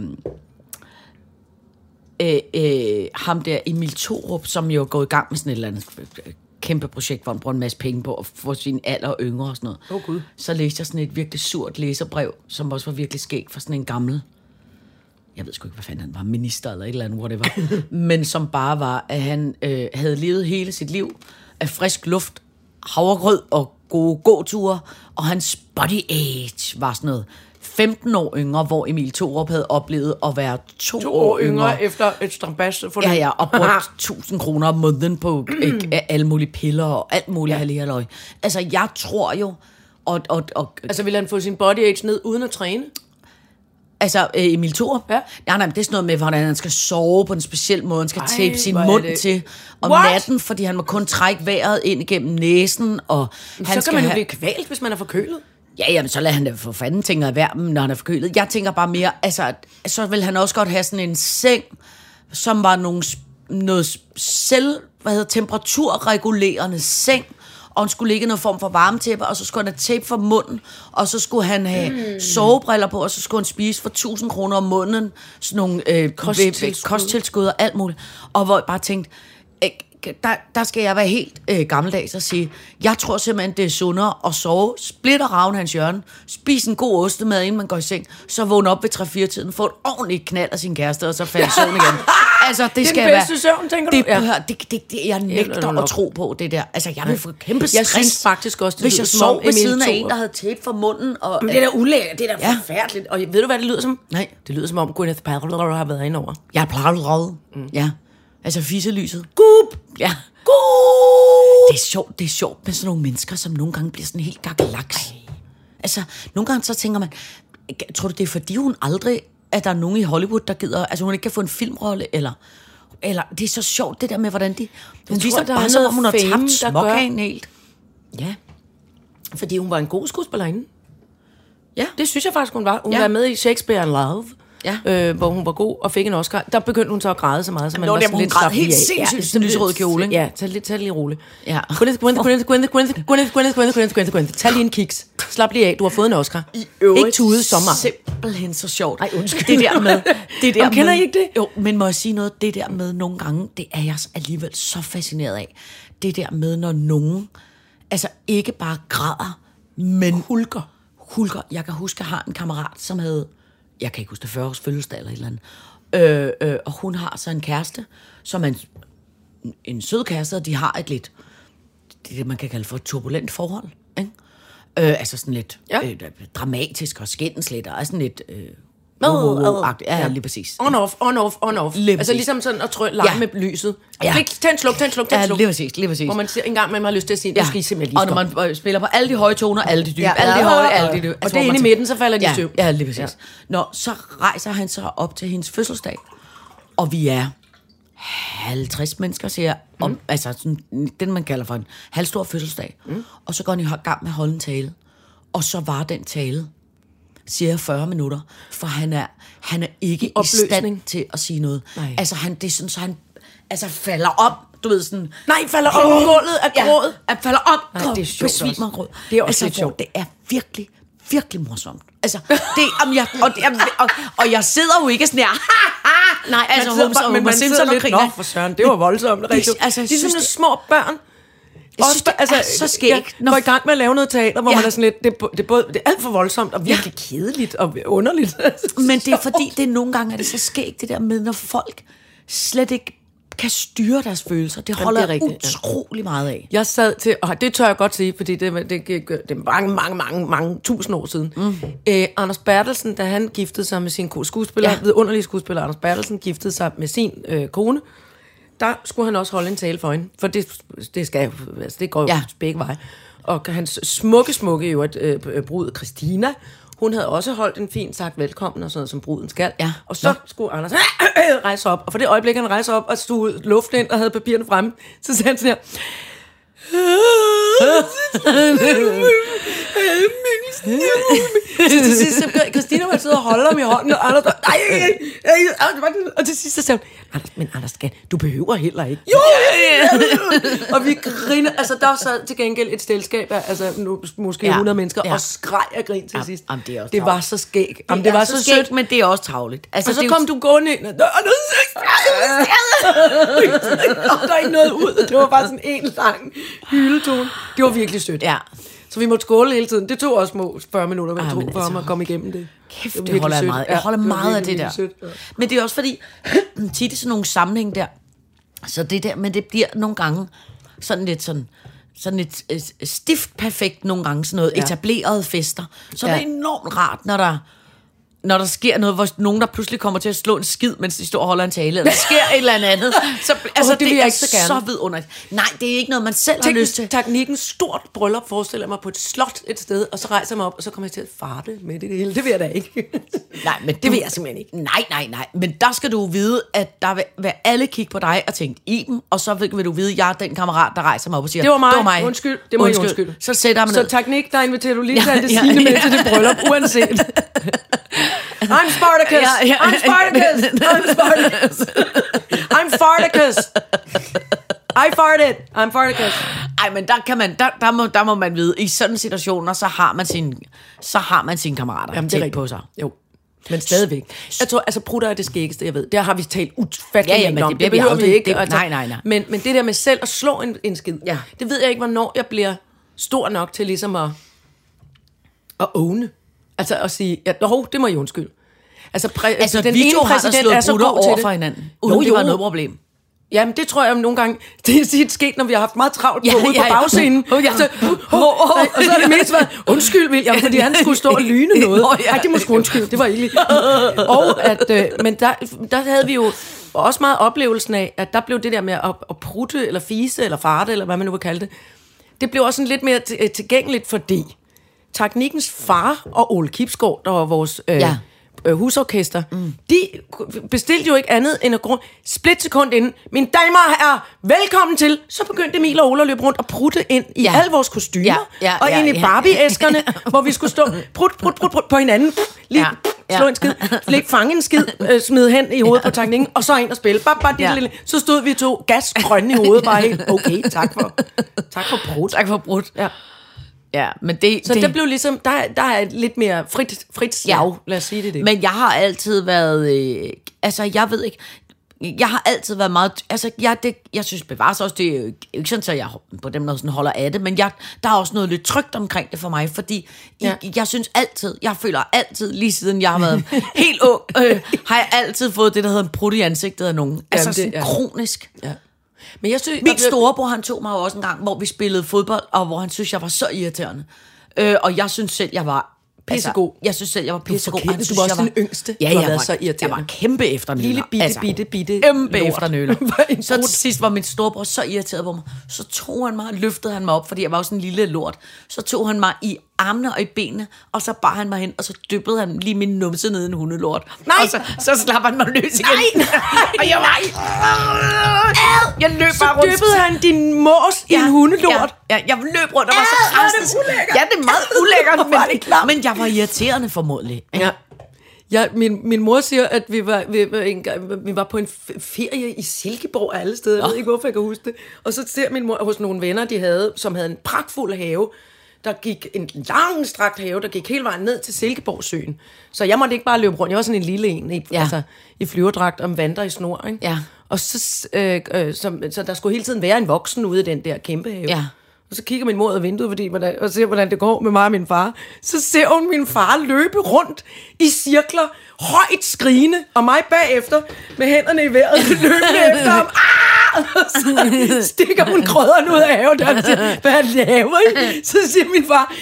D: øh, øh, ham der Emil Thorup, som jo er gået i gang med sådan et eller andet øh, kæmpe projekt, hvor han bruger en masse penge på at få sin alder yngre og sådan noget.
C: Åh, Gud.
D: Så læste jeg sådan et virkelig surt læserbrev, som også var virkelig skægt for sådan en gammel jeg ved sgu ikke, hvad fanden han var, minister eller et eller andet, whatever, [laughs] men som bare var, at han øh, havde levet hele sit liv af frisk luft, havregrød og gode gåture, og hans body age var sådan noget 15 år yngre, hvor Emil Thorup havde oplevet at være to,
C: to år yngre efter et strambas. For
D: Ja, ja, og brugt 1000 kroner om måneden på
C: [clears throat]
D: ikke, alle mulige piller og alt muligt ja. halvhjerløg. Altså, jeg tror jo, og, og, og
C: Altså, ville han få sin body age ned uden at træne?
D: Altså øh, Emil Thorup?
C: Ja.
D: Nej, nej, men det er sådan noget med, hvordan han skal sove på en speciel måde. Han skal Ej, tape sin
C: hvor er
D: mund
C: det-
D: til om
C: What?
D: natten, fordi han må kun trække vejret ind igennem næsen. Og han
C: Han så
D: skal
C: kan man jo
D: have-
C: blive kvalt, hvis man er forkølet.
D: Ja, jamen, så lader han da for fanden tænke af værmen, når han er forkølet. Jeg tænker bare mere, altså, at- så vil han også godt have sådan en seng, som var nogle, s- noget s- selv, hvad hedder, temperaturregulerende seng, og han skulle ligge i noget form for varmetæppe, og så skulle han have tape for munden, og så skulle han have mm. sovebriller på, og så skulle han spise for 1000 kroner om måneden, sådan nogle øh, kosttilskud.
C: Kosttilskud.
D: kosttilskud og alt muligt. Og hvor jeg bare tænkte, øh, der, der skal jeg være helt øh, gammeldags og sige, jeg tror simpelthen, det er sundere at sove, splitter raven hans hjørne, spise en god ostemad, inden man går i seng, så vågne op ved 3-4-tiden, få et ordentligt knald af sin kæreste, og så falde i søvn
C: [laughs]
D: igen. Altså, det,
C: den
D: skal
C: bedste
D: være,
C: søvn, tænker du?
D: Det,
C: Ja.
D: ja. det, det, det, jeg
C: det er
D: nægter
C: nok.
D: at tro på, det der. Altså, jeg vil få kæmpe
C: Jeg synes
D: stress,
C: faktisk også, det
D: hvis
C: lyder
D: jeg
C: som om
D: sov ved
C: Emil
D: siden af en,
C: Thorup.
D: der havde tape for munden. Og,
C: Men det er da ulækkert, det er da
D: Ja.
C: ja. forfærdeligt. Og ved du, hvad det lyder som?
D: Nej.
C: Det lyder som om Gwyneth Paltrow har været inde over.
D: Jeg plejer at råde. Mm. Ja. Altså fisselyset. Gup! Ja. Gup! Det er sjovt, det er sjovt med sådan nogle mennesker, som nogle gange bliver sådan helt gagalaks. Altså, nogle gange så tænker man, tror du det er fordi hun aldrig, at der er nogen i Hollywood, der gider, altså hun ikke kan få en filmrolle, eller... Eller, det er så sjovt, det der med, hvordan de... Hun
C: tror,
D: viser
C: der er
D: bare, som
C: noget
D: om hun har
C: fame,
D: tabt
C: der gør-
D: småkagen helt.
C: Ja. Fordi hun var en god skuespillerinde.
D: Ja.
C: Det synes jeg faktisk, hun var. Hun
D: Ja.
C: ja. var med i Shakespeare and Love.
D: Ja.
C: Øh, hvor hun var god og fik en Oscar. Der begyndte hun så at græde så meget, så man
D: Nå,
C: var
D: der
C: sådan
D: hvor hun
C: lidt
D: græd
C: slappet
D: helt
C: af.
D: sindssygt i
C: det-
D: sin lyserøde kjole, ikke?
C: Ja, tag det lige, tag det lige roligt.
D: Ja.
C: Gwyneth, Gwyneth, Gwyneth, Gwyneth, Gwyneth, Gwyneth, Gwyneth, Gwyneth, Gwyneth, Gwyneth, Gwyneth. Tag lige en kiks. Slap lige af, du har fået en Oscar. Ikke tude så meget.
D: Simpelthen så sjovt.
C: Ej, undskyld.
D: Det der
C: [laughs]
D: med... Det der
C: Jamen, kender
D: med,
C: I ikke det?
D: Jo, men må jeg sige noget? Det der med nogle gange, det er jeg alligevel så fascineret af. Det der med, når nogen altså ikke bare græder, men... Hulker. Hulker. Jeg kan huske, jeg har en kammerat, som havde... Jeg kan ikke huske det 40 års fødselsdag eller et eller andet. Øh, øh, og hun har så en kæreste, som er en, en sød kæreste, og de har et lidt det, er det man kan kalde for et turbulent forhold. Ikke? Øh, altså sådan lidt ja.
C: Ja.
D: øh, dramatisk og skændes lidt, og sådan lidt... Øh, wow, wow, wow, ja, ja, lige præcis.
C: On off, on off, on off.
D: Lige
C: altså
D: præcis.
C: ligesom sådan at trø larme
D: Ja.
C: ja. med lyset.
D: Ja.
C: Ja. Klik, tag en sluk, tag en sluk, tag en
D: Ja,
C: sluk.
D: lige præcis, lige præcis.
C: Hvor man siger, en gang man har lyst til at sige, ja. nu skal I simpelthen lige
D: og når
C: stoppe.
D: man øh, spiller på alle de høje toner, alle de dybe,
C: Ja.
D: alle de høje,
C: Ja.
D: alle de dybe. Altså,
C: Og det
D: hvor
C: er
D: man
C: inde i
D: tænker-
C: midten, så falder de
D: ja,
C: støv.
D: Ja, lige præcis. Ja. Nå, så rejser han sig op til hendes fødselsdag, og vi er 50 mennesker, siger jeg, om,
C: Mm.
D: altså sådan, den, man kalder for en halvstor fødselsdag. Mm. Og så går han i gang med at holde en tale. Og så var den tale cirka 40 minutter, for han er, han er ikke i, stand
C: opløsning.
D: til at sige noget.
C: Nej.
D: Altså, han, det er sådan, så han altså, falder op, du ved sådan...
C: Nej, falder op på gulvet af gråd.
D: Ja, at falder op,
C: Nej, det er sjovt
D: besvimer
C: også.
D: af gråd.
C: Det er også
D: altså,
C: lidt
D: hvor
C: sjovt.
D: Det er virkelig, virkelig morsomt. Altså, det, om jeg, og, det, er- og, og, jeg sidder jo ikke sådan her, ha, ha. Nej, altså,
C: sidder
D: Holmes
C: bare-
D: og
C: men
D: Homer
C: man
D: Simpson
C: sidder
D: og
C: lidt,
D: griner.
C: nå for søren, det var voldsomt. Det,
D: Det- altså,
C: altså,
D: jeg
C: de er
D: synes,
C: sådan nogle
D: det-
C: små børn.
D: Jeg
C: Altså,
D: synes, det er så skægt,
C: Jeg
D: når-
C: går i gang med at lave noget teater, hvor
D: Ja.
C: ja. man er sådan lidt, det, er bo- det, er både, det er alt for voldsomt og virkelig
D: Ja.
C: ja. kedeligt og underligt.
D: Men det er
C: [laughs]
D: fordi, det er nogle gange er det så skægt, det der med, når folk slet ikke kan styre deres følelser. Det holder
C: det er
D: jeg
C: rigtigt, ja.
D: utrolig meget af.
C: Jeg sad til, og det tør jeg godt sige, fordi det, det, det, det er mange, mange, mange, mange tusind år siden. Mm. Øh, Anders Bertelsen, da han giftede sig med sin ko- skuespiller,
D: Ja.
C: ja. vidunderlige skuespiller Anders Bertelsen, giftede sig med sin øh, kone, der skulle han også holde en tale for hende. For det, det, skal, jo- altså, det går jo
D: Ja.
C: ja. begge veje. Og hans smukke, smukke jo, at, øh, øh, brud Christina, hun havde også holdt en fin sagt velkommen og sådan noget, som bruden skal.
D: Ja.
C: Og så
D: Nå.
C: Nå. skulle Anders [clears throat] rejse op. Og for det øjeblik, han rejser op og stod ud luften ind og havde papirerne fremme, så sagde han sådan her, til sidst, så begyndte Christina var sidde og holde ham i hånden, og Anders bare, nej, nej, nej, nej, nej." og til sidst så sagde hun, Anders, men Anders, skat, du behøver heller ikke. Jo! og vi griner, altså der sad til gengæld et selskab af, altså nu, måske
D: Ja,
C: 100 mennesker,
D: ja.
C: og skreg af grin til
D: Ja,
C: sidst.
D: jamen, det er også
C: det var
D: travlt.
C: så skæg. Det, det var så, så sødt.
D: men det er også tavligt. Altså,
C: Og så
D: det er jo-
C: kom du gående ind, og der er noget
D: [laughs]
C: og der er ikke noget ud. Det var bare sådan en lang hyletone. Det var virkelig sødt.
D: Ja.
C: Så vi måtte skåle hele tiden. Det tog også små 40 minutter, hvad
D: Ah,
C: jeg
D: men
C: tog for
D: altså,
C: ham at komme igennem det.
D: Kæft,
C: var
D: det, det
C: virkelig
D: holder jeg
C: sødt.
D: meget.
C: Ja,
D: Jeg holder
C: det var
D: meget af det
C: virkelig,
D: der.
C: virkelig sødt, ja.
D: Men det er også fordi, [clears throat] tit i sådan nogle sammenhæng der, så det der, men det bliver nogle gange sådan lidt sådan, sådan lidt øh, stift perfekt nogle gange, sådan noget ja.
C: Ja.
D: etableret fester. Så ja.
C: Ja.
D: det er enormt rart, når der når der sker noget, hvor nogen der pludselig kommer til at slå en skid, mens de står og holder en tale, eller der sker et eller
C: [laughs]
D: andet. Så, altså,
C: det vil jeg
D: er
C: ikke så gerne.
D: så vidunderligt. Nej, det er ikke noget, man selv har lyst
C: Teknisk,
D: til.
C: teknikken stort bryllup forestiller jeg mig på et slot et sted, og så rejser jeg mig op, og så kommer jeg til at farte med det hele. Det vil jeg da ikke.
D: Nej, men
C: Det vil jeg simpelthen ikke.
D: Nej, nej, nej. Men der skal du vide, at der vil, vil alle kigge på dig og tænke, Iben, og så vil, vil du vide, at jeg er den kammerat, der rejser mig op og siger,
C: Det var mig.
D: Det var mig.
C: Undskyld. Det må I undskylde.
D: Så sætter jeg mig
C: så
D: ned.
C: teknik, der inviterer du lige
D: altså- Ja,
C: til det
D: ja,
C: sine med
D: ja.
C: til det bryllup, uanset.
D: [laughs]
C: I'm Spartacus.
D: Ja, ja.
C: I'm Spartacus. I'm Spartacus. I'm Fartacus. I farted. I'm Fartacus.
D: [laughs] Ej, men der, kan man, der, der, må, der må man vide, i sådan situationer, så har man sine, så har man sine kammerater Jamen, tæt på sig.
C: Jo. Men stadigvæk. Jeg tror, altså prutter er det skæggeste, jeg ved. Der har vi talt utfattelig
D: Ja, ja,
C: mængde
D: men
C: om.
D: det bliver vi
C: behøver
D: aldrig-
C: ikke.
D: det-
C: altså.
D: nej, nej, nej.
C: Men, men det der med selv at slå en, en skid,
D: Ja.
C: det ved jeg ikke, hvornår jeg bliver stor nok til ligesom at, at åne. Altså at sige, ja, hov, det må I undskylde. Altså, præ,
D: Altså, den vi to har da slået brutter over for hinanden, uden jo, jo. det var noget problem.
C: Jamen, det tror jeg nogle gange, [laughs] det er tit sket, når vi har haft meget travlt på,
D: Ja,
C: ja, ude
D: ja,
C: på
D: ja.
C: bagscenen.
D: Oh, ja.
C: Så, uh, oh, oh, oh, og så er det mest været, undskyld William, fordi han skulle stå og lyne noget.
D: Nå,
C: Nå,
D: ja.
C: [laughs] ja. Ej, det må sgu undskylde, det var ikke lige. Og at, øh, men der, der havde vi jo også meget oplevelsen af, at der blev det der med at, at prutte, eller fise, eller farte, eller hvad man nu vil kalde det, det blev også sådan lidt mere t- øh, tilgængeligt, fordi teknikkens far og Ole Kipsgaard, der var vores øh,
D: Ja.
C: ja. husorkester, mm. de ku- bestilte jo ikke andet end at grund... Split sekund inden, mine damer og herrer, velkommen til, så begyndte Emil og Ole at løbe rundt og prutte ind i
D: Ja.
C: ja. alle vores kostymer,
D: Ja, ja,
C: og
D: ja,
C: ind
D: ja.
C: i Barbie-æskerne, hvor vi skulle stå prut, prut, prut, prut på hinanden, lige
D: Ja, ja.
C: ja. slå en skid, lige fange en skid, øh, smide hen i hovedet på teknikken, og så ind og spille. Bare, bare
D: Ja.
C: ja. lille. Så stod vi to gasgrønne i hovedet, bare helt, okay, tak for, tak for prut.
D: Tak for brudt.
C: Ja.
D: Ja, men det,
C: Så
D: det,
C: det, der blev ligesom, der, er- der er lidt mere frit, frit slag, ja. lad os sige det det.
D: Men jeg har altid været, øh, altså jeg ved ikke, jeg har altid været meget, altså jeg, det, jeg synes bevares også, det er jo ikke sådan, at jeg på dem noget sådan holder af det, men jeg, der er også noget lidt trygt omkring det for mig, fordi ja.
C: Ja.
D: jeg, jeg synes altid, jeg føler altid, lige siden jeg har
C: [laughs]
D: været helt ung, øh, har jeg altid fået det, der hedder en prut i ansigtet af nogen. Altså
C: det-
D: det, sådan
C: ja.
D: kronisk.
C: ja. men jeg synes, der
D: Min
C: blev-
D: storebror, han tog mig jo også en gang, hvor vi spillede fodbold, og hvor han synes, jeg var så irriterende. Øh, og jeg synes selv, jeg var... Altså,
C: Pissegod.
D: jeg synes selv, jeg var pissegod. og
C: forkert.
D: han
C: Du
D: synes,
C: var også
D: jeg
C: den yngste,
D: Ja,
C: der har
D: jeg
C: været
D: var,
C: så irriterende.
D: Jeg var kæmpe efternøller.
C: Lille bitte, bitte, bitte
D: Kæmpe
C: lort. [laughs]
D: efternøller.
C: Var en
D: så
C: brud.
D: til sidst var min storebror så irriteret på mig. Så tog han mig og løftede han mig op, fordi jeg var jo sådan en lille lort. Så tog han mig i armene og i benene, og så bar han mig hen, og så dyppede han lige min numse ned i en hundelort. Nej! Og så, så slap han mig løs igen. Nej! [laughs] og jeg var... Ad! Jeg løb bare rundt.
C: dyppede han din mors ja. i en hundelort.
D: Ja, ja, jeg løb rundt og var så
C: Ja, hvor er det
D: rasende.
C: ulækkert.
D: Ja, det er meget ulækkert,
C: Hvor er det klamt.
D: men, men jeg var irriterende formodentlig.
C: Ja. Ja, min, min mor siger, at vi var, vi, var en, gang- vi var på en f- ferie i Silkeborg af alle steder. Jeg ved ikke, hvorfor jeg kan huske det. Og så ser min mor hos nogle venner, de havde, som havde en pragtfuld have. Der gik en langstrakt have, der gik hele vejen ned til Silkeborgsøen. Så jeg måtte ikke bare løbe rundt. Jeg var sådan en lille en i,
D: Ja.
C: ja. altså, i flyverdragt og vandre i snor. Ikke?
D: Ja.
C: Og så, øh, øh, så, så der skulle hele tiden være en voksen ude i den der kæmpe have.
D: Ja.
C: Og så kigger min mor ud af vinduet fordi, hvordan, og ser, hvordan det går med mig og min far. Så ser hun min far løbe rundt i cirkler, højt skrigende, og mig bagefter med hænderne i vejret, [laughs] løbende efter ham. Ah! Og så [laughs] stikker hun krydderen ud af haven, og siger, hvad laver I? Så siger min far,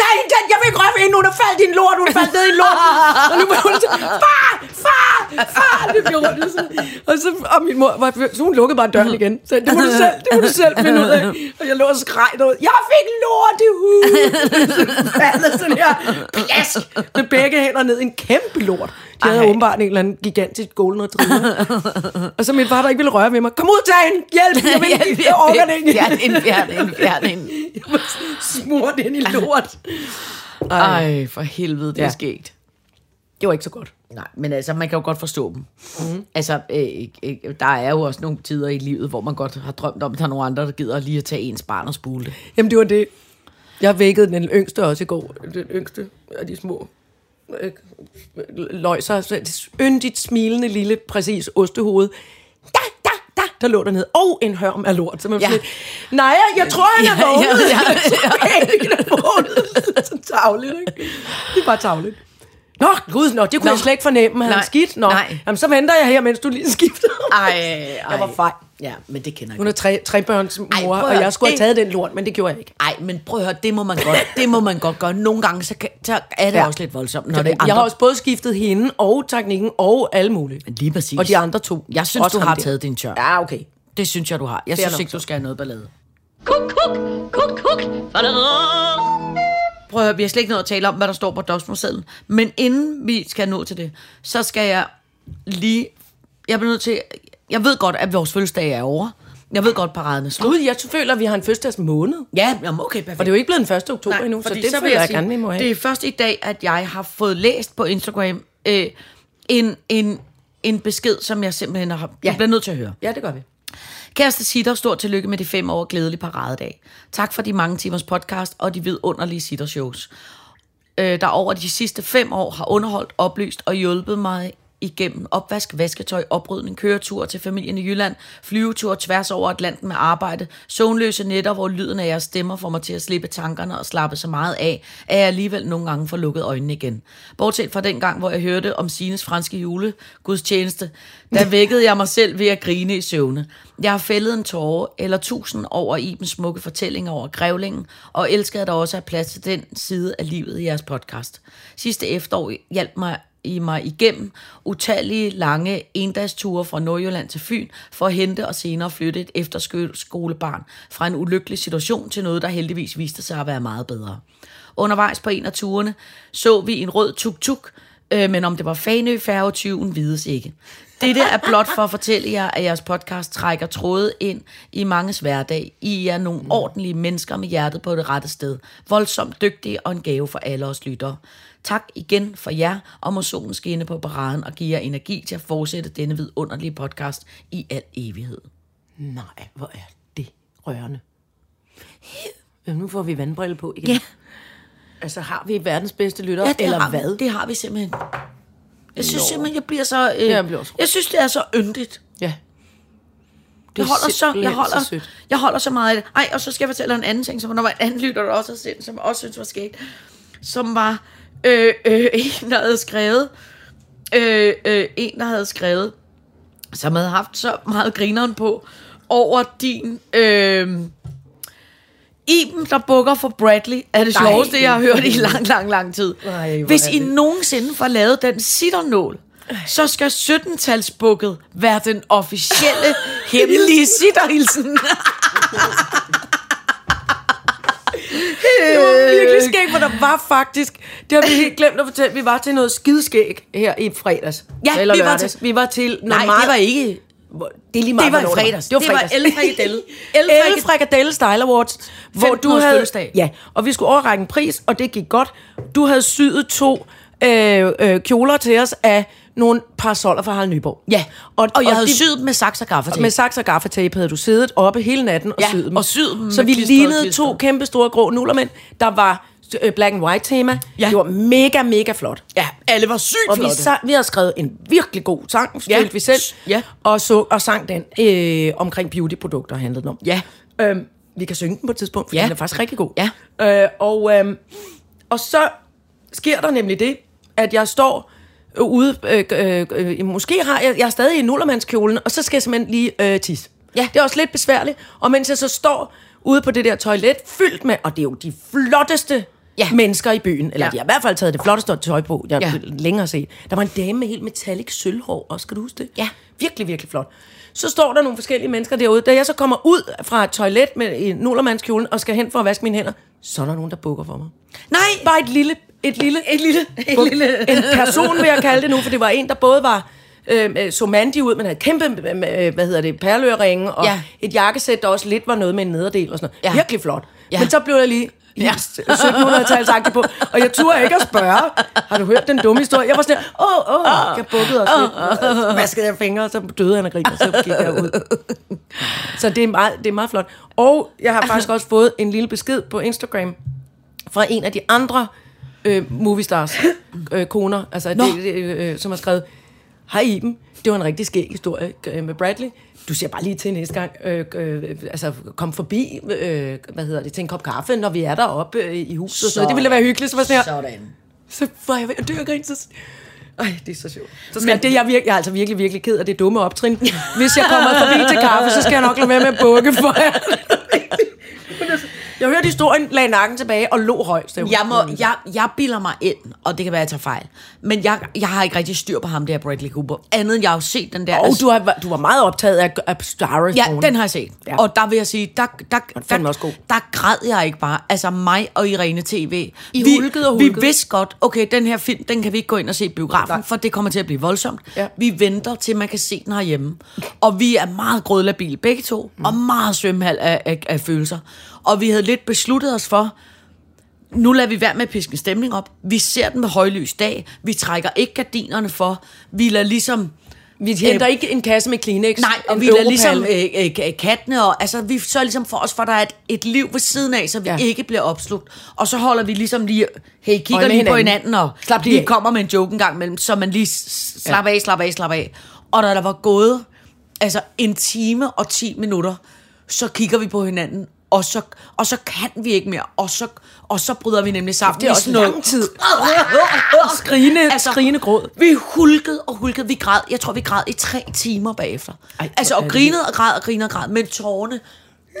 C: "Dig, den, jeg vil ikke røre ved hende, hun er faldet i en lort, hun faldt ned i en lort. Og nu var hun så, far, far, far, det bliver rundt. Så, og så, og min mor, var, så hun lukkede bare døren igen. Så det må du selv, det må du selv finde ud af. Og jeg lå og skreg derud, jeg fik lort i hovedet. [laughs] Så faldet sådan her, plask, med begge hænder ned i en kæmpe lort. De havde
D: Ej.
C: åbenbart en eller anden gigantisk golden retriever. og så min far, der ikke ville røre ved mig, kom ud, tag hende, hjælp, [laughs] jeg, vil, ikke, jeg orker det ikke.
D: Fjern ind, fjern ind, fjern ind.
C: [laughs] Jeg var smurt ind i lort.
D: Ej, for helvede, det ja. er
C: Ja.
D: sket.
C: Det var ikke så godt.
D: Nej, men altså, man kan jo godt forstå dem. Mm. Altså, øh, øh, der er jo også nogle tider i livet, hvor man godt har drømt om, at der er nogle andre, der gider lige at tage ens barn og spule det.
C: Jamen, det var det. Jeg vækkede den yngste også i går. Den yngste af de små øh, løjser. Så et yndigt smilende lille, præcis ostehoved. Da, da, da, der lå dernede. Og en hørm af lort. Så man
D: Ja.
C: ja. sådan, nej, jeg tror, han er
D: Ja, ja,
C: vågnet.
D: ja,
C: [laughs] Jeg tror, han er vågnet. Så tavligt, ikke? Det er bare tavligt. Nå, gud, nå, det kunne nå. jeg slet ikke fornemme. Han
D: Nej,
C: skidt. Nå,
D: nej.
C: Jamen, så venter jeg her, mens du lige skifter.
D: Ej,
C: [laughs] Jeg var fej.
D: Ja, men det kender jeg
C: Hun er
D: godt.
C: tre, trebørns
D: Ej, prøv
C: mor,
D: at
C: og
D: høre,
C: jeg skulle have
D: det-
C: taget den lort, men det gjorde jeg ikke.
D: Ej, men prøv at høre, det må man godt, det må man godt gøre. Nogle gange, så, kan, så er det
C: Ja.
D: ja. også lidt voldsomt, når det er
C: Jeg
D: andre.
C: har også både skiftet hende og teknikken og alle mulige.
D: Lige præcis.
C: Og de andre to.
D: Jeg synes,
C: Også
D: du
C: ham
D: har
C: der.
D: taget din tør.
C: Ja, okay.
D: Det synes jeg, du har. Jeg
C: Fair
D: synes
C: nok,
D: ikke, du skal have noget ballade.
E: Kuk, kuk, kuk, kuk.
D: Prøv at høre, vi har slet ikke noget at tale om, hvad der står på dosmersedlen. Men inden vi skal nå til det, så skal jeg lige... Jeg bliver nødt til... Jeg ved godt, at vores fødselsdag er over. Jeg ved godt, paraden er slut.
C: Gud, jeg føler, at vi har en fødselsdags måned.
D: Ja, jamen okay, perfekt.
C: Og det er jo ikke blevet den 1. oktober
D: Nej,
C: endnu, så
D: fordi
C: det
D: vil
C: føler jeg
D: sige,
C: gerne, vi må have.
D: Det er først i dag, at jeg har fået læst på Instagram øh, en, en, en besked, som jeg simpelthen har... Ja. Jeg bliver nødt til at høre.
C: Ja, det gør vi.
D: Kæreste Sitter, stort tillykke med de fem år glædelig paradedag. Tak for de mange timers podcast og de vidunderlige Sitter-shows, øh, der over de sidste fem år har underholdt, oplyst og hjulpet mig igennem opvask, vasketøj, oprydning, køretur til familien i Jylland, flyvetur tværs over Atlanten med arbejde, søvnløse nætter, hvor lyden af jeres stemmer får mig til at slippe tankerne og slappe så meget af, at jeg alligevel nogle gange får lukket øjnene igen. Bortset fra den gang, hvor jeg hørte om Sines franske julegudstjeneste, der vækkede jeg mig selv ved at grine i søvne. Jeg har fældet en tåre eller tusind over Ibens smukke fortælling over grævlingen, og elsker, at der også er plads til den side af livet i jeres podcast. Sidste efterår hjalp mig i mig igennem utallige lange endagsture fra Nordjylland til Fyn for at hente og senere flytte et efterskolebarn fra en ulykkelig situation til noget, der heldigvis viste sig at være meget bedre. Undervejs på en af turene så vi en rød tuk-tuk, øh, men om det var Fanø færgetyven vides ikke. Dette er blot for at fortælle jer, at jeres podcast trækker tråde ind i manges hverdag. I er nogle ordentlige mennesker med hjertet på det rette sted. Voldsomt dygtige og en gave for alle os lyttere. Tak igen for jer, og må solen skinne på paraden og give jer energi til at fortsætte denne vidunderlige podcast i al evighed.
C: Nej, hvor er det rørende. Jamen, nu får vi vandbrille på igen.
D: Ja.
C: Altså, har vi verdens bedste lytter,
D: det
C: eller
D: har vi.
C: hvad?
D: Det har vi simpelthen. Jeg synes simpelthen, jeg bliver så... Øh,
C: jeg bliver også rørt.
D: jeg synes, det er så yndigt.
C: Ja. Det
D: Jeg
C: er
D: holder så, jeg
C: simpelthen
D: holder,
C: så
D: så
C: sødt.
D: jeg holder så meget af det. Ej, og så skal jeg fortælle en anden ting, som der var en anden lytter, der også har sendt, som jeg også synes var skægt. Som var øh, øh, [laughs] en, der havde skrevet, øh, øh, en, der havde skrevet, som havde haft så meget grineren på, over din... Øh, Iben, der bukker for Bradley, er det
C: Nej.
D: sjoveste, jeg har hørt i lang, lang, lang tid.
C: Nej, hvor
D: Hvis
C: er
D: I
C: det.
D: nogensinde får lavet den sitternål, så skal 17-talsbukket være den
C: [laughs]
D: officielle, hemmelige sitterhilsen.
C: Det var
D: Øh.
C: virkelig skægt, for der var faktisk... Det har vi helt glemt at fortælle. Vi var til noget skideskæg her i fredags.
D: Ja,
C: eller
D: vi var
C: lørdags.
D: til-
C: Vi var til... noget
D: Nej, det
C: meget-
D: var ikke-
C: Hvor- Det er lige
D: Det
C: meget,
D: var i
C: hvornår
D: fredags.
C: Det var
D: Det var
C: fredags.
D: Elle [laughs] Frikadelle. Elle
C: Elle
D: Frikad-
C: Frikadelle Style Awards. Hvor du
D: 15-års
C: havde...
D: fødselsdag.
C: Ja, og vi skulle overrække en pris, og det gik godt. Du havde syet to øh, øh, kjoler til os af nogle parasoller fra Harald Nyborg.
D: Ja, og, og jeg havde
C: de-
D: syet dem med saks og gaffatape.
C: med saks og gaffatape havde du siddet oppe hele natten og
D: Ja,
C: syet dem.
D: og syet dem
C: Så
D: med
C: vi
D: klister og
C: lignede
D: klister.
C: to kæmpe store grå nullermænd. Der var øh, black and white tema.
D: Ja.
C: Det var mega, mega flot.
D: Ja, alle var sygt
C: Og vi,
D: flotte.
C: sang, vi havde skrevet en virkelig god sang,
D: Ja.
C: følte vi selv,
D: Ja.
C: og, så, og sang den øh, omkring beautyprodukter, handlede den om.
D: Ja.
C: Øhm, vi kan synge den på et tidspunkt, for
D: Ja.
C: den er faktisk rigtig god.
D: Ja.
C: Øh, og, øhm, og så sker der nemlig det, at jeg står ude, øh, øh, øh, måske har jeg, jeg er stadig i nullermandskjolen, og så skal jeg simpelthen lige øh, tisse.
D: Ja.
C: Det er også lidt besværligt, og mens jeg så står ude på det der toilet, fyldt med, og det er jo de flotteste
D: Ja.
C: mennesker i byen,
D: Ja.
C: eller ja. de har i hvert fald taget det flotteste tøj på, jeg
D: Ja.
C: ja. længere set. Der var en dame med helt metallic sølvhår også, skal du huske det?
D: Ja.
C: Virkelig, virkelig flot. Så står der nogle forskellige mennesker derude. Da jeg så kommer ud fra et toilet med i nullermandskjolen og skal hen for at vaske mine hænder, så er der nogen, der bukker for mig.
D: Nej,
C: Bare et lille, et lille, et
D: lille- et lille-
C: en person vil jeg kalde det nu, for det var en, der både var øh, øh, så mandig ud, men havde kæmpe, øh, øh, hvad hedder det, perlørringe, og
D: Ja.
C: ja. et jakkesæt, der også lidt var noget med en nederdel og sådan noget.
D: Ja.
C: Ja. Virkelig flot.
D: Ja.
C: Ja. Men så blev jeg lige ja. 1700-talsagtig på, og jeg turde ikke at spørge, har du hørt den dumme historie? Jeg var sådan, her, åh, åh, oh, jeg bukkede og sådan oh, vaskede jeg fingre, og så døde han af grin, og så gik jeg ud. Så det er, meget, det er meget flot. Og jeg har faktisk også fået en lille besked på Instagram fra en af de andre øh, moviestars øh, koner, altså det, det, øh, som har skrevet, Hej Iben, det var en rigtig skæg historie øh, med Bradley. Du ser bare lige til næste gang, øh, øh, altså kom forbi, øh, hvad hedder det, til en kop kaffe, når vi er deroppe øh, i huset. Så, så det ville da være hyggeligt. Så var jeg sådan her,
D: sådan.
C: Så var jeg ved at dø af grin, så... Ej, det er så sjovt. Så skal Men, det, jeg, er virke, jeg er altså virkelig, virkelig ked af det dumme
D: [laughs]
C: optrin. Hvis jeg kommer forbi til kaffe, så skal jeg nok lade være med at bukke for jer. Men altså, Jeg hørte historien, lagde nakken tilbage og lo højst. Det var-
D: Jeg, må, jeg, jeg bilder mig ind, og det kan være, jeg tager fejl. Men jeg, jeg har ikke rigtig styr på ham der, Bradley Cooper. Andet end jeg har jo set den der...
C: Og du, har, du var meget optaget af, af Star Is
D: Ja,
C: Born.
D: den har jeg set.
C: Ja.
D: Ja. Og der vil jeg sige, der, der,
C: den
D: der,
C: også god.
D: der græd jeg ikke bare. Altså mig og Irene TV.
C: I
D: vi,
C: hulkede og hulkede.
D: Vi vidste godt, okay, den her film, den kan vi ikke gå ind og se i biografen, Nej. for det kommer til at blive voldsomt.
C: Ja.
D: Vi venter til, man kan se den herhjemme. Og vi er meget grødlabile begge to, mm. og meget svømmehal af, af, af følelser. Og vi havde lidt besluttet os for, nu lader vi være med at piske en stemning op. Vi ser den med højlys dag. Vi trækker ikke gardinerne for. Vi lader ligesom...
C: Vi henter ikke en kasse med Kleenex.
D: Nej, og
C: en
D: vi lader
C: Europalle.
D: ligesom øh, øh, k- kattene, og altså, vi sørger ligesom for os, for der er et, et liv ved siden af, så vi
C: Ja.
D: ja. ikke bliver opslugt. Og så holder vi ligesom lige, hey, kigger
C: Øje
D: lige
C: med
D: på
C: hinanden.
D: hinanden, og
C: Slap lige
D: lige
C: af.
D: kommer med en joke en gang imellem, så man lige s- s- slapper ja. af, slapper af, slapper af. Og da der var gået altså en time og 10 minutter, så kigger vi på hinanden, og så, og så kan vi ikke mere, og så, og så bryder vi nemlig sammen.
C: Det
D: i
C: er også
D: sådan noget- [laughs]
C: lang tid. Skrigende, altså, skrigende gråd.
D: vi hulkede og hulkede. Vi græd. Jeg tror, vi græd i tre timer bagefter.
C: Ej,
D: Ej, altså,
C: hvor
D: og
C: er det
D: grinede og græd og grinede og græd, men tårerne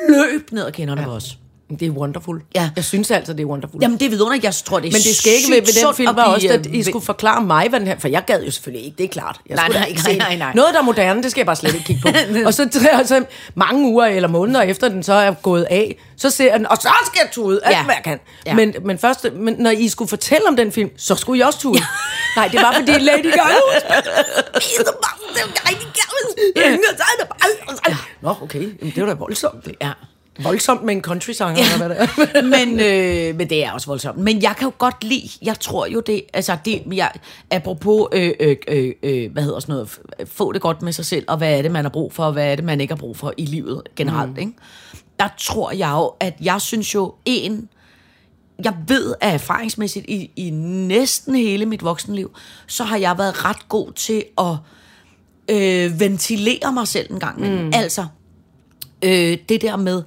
D: løb ned og kender ja. på os.
C: Det er wonderful.
D: Ja.
C: Jeg synes altså, det er wonderful.
D: Jamen, det er vidunderligt. Jeg tror, det er
C: Men det skal ikke
D: sygt
C: ved, ved den
D: sundt
C: film
D: at
C: var
D: blive,
C: også,
D: øh,
C: at I skulle forklare mig, hvad den her... For jeg gad jo selvfølgelig ikke, det er klart. Jeg
D: Nej,
C: skulle
D: nej,
C: da ikke
D: nej,
C: se
D: nej,
C: den.
D: nej.
C: Noget, der er moderne, det skal jeg bare slet ikke kigge på.
D: [laughs]
C: og så, og så mange uger eller måneder efter, den så er gået af, så ser jeg den, og så skal jeg tude alt,
D: Ja.
C: ja. hvad jeg kan. Ja.
D: Ja.
C: Men, men, først, men når I skulle fortælle om den film, så skulle jeg også tude. [laughs] nej, det var fordi Lady Gaga...
D: [laughs]
C: Nå, okay. Jamen, det var da voldsomt.
D: Ja.
C: Voldsomt med en country-sanger, ja. eller hvad det er. [laughs]
D: men, øh, [laughs] men det er også voldsomt. Men jeg kan jo godt lide, jeg tror jo det, altså det, jeg, apropos, øh, øh, øh, øh, hvad hedder sådan noget, f- få det godt med sig selv, og hvad er det, man har brug for, og hvad er det, man ikke har brug for i livet generelt, mm. ikke? Der tror jeg jo, at jeg synes jo, en, jeg ved at erfaringsmæssigt, i, i næsten hele mit voksenliv, så har jeg været ret god til at øh, ventilere mig selv en gang. Mm. Altså, øh, det der med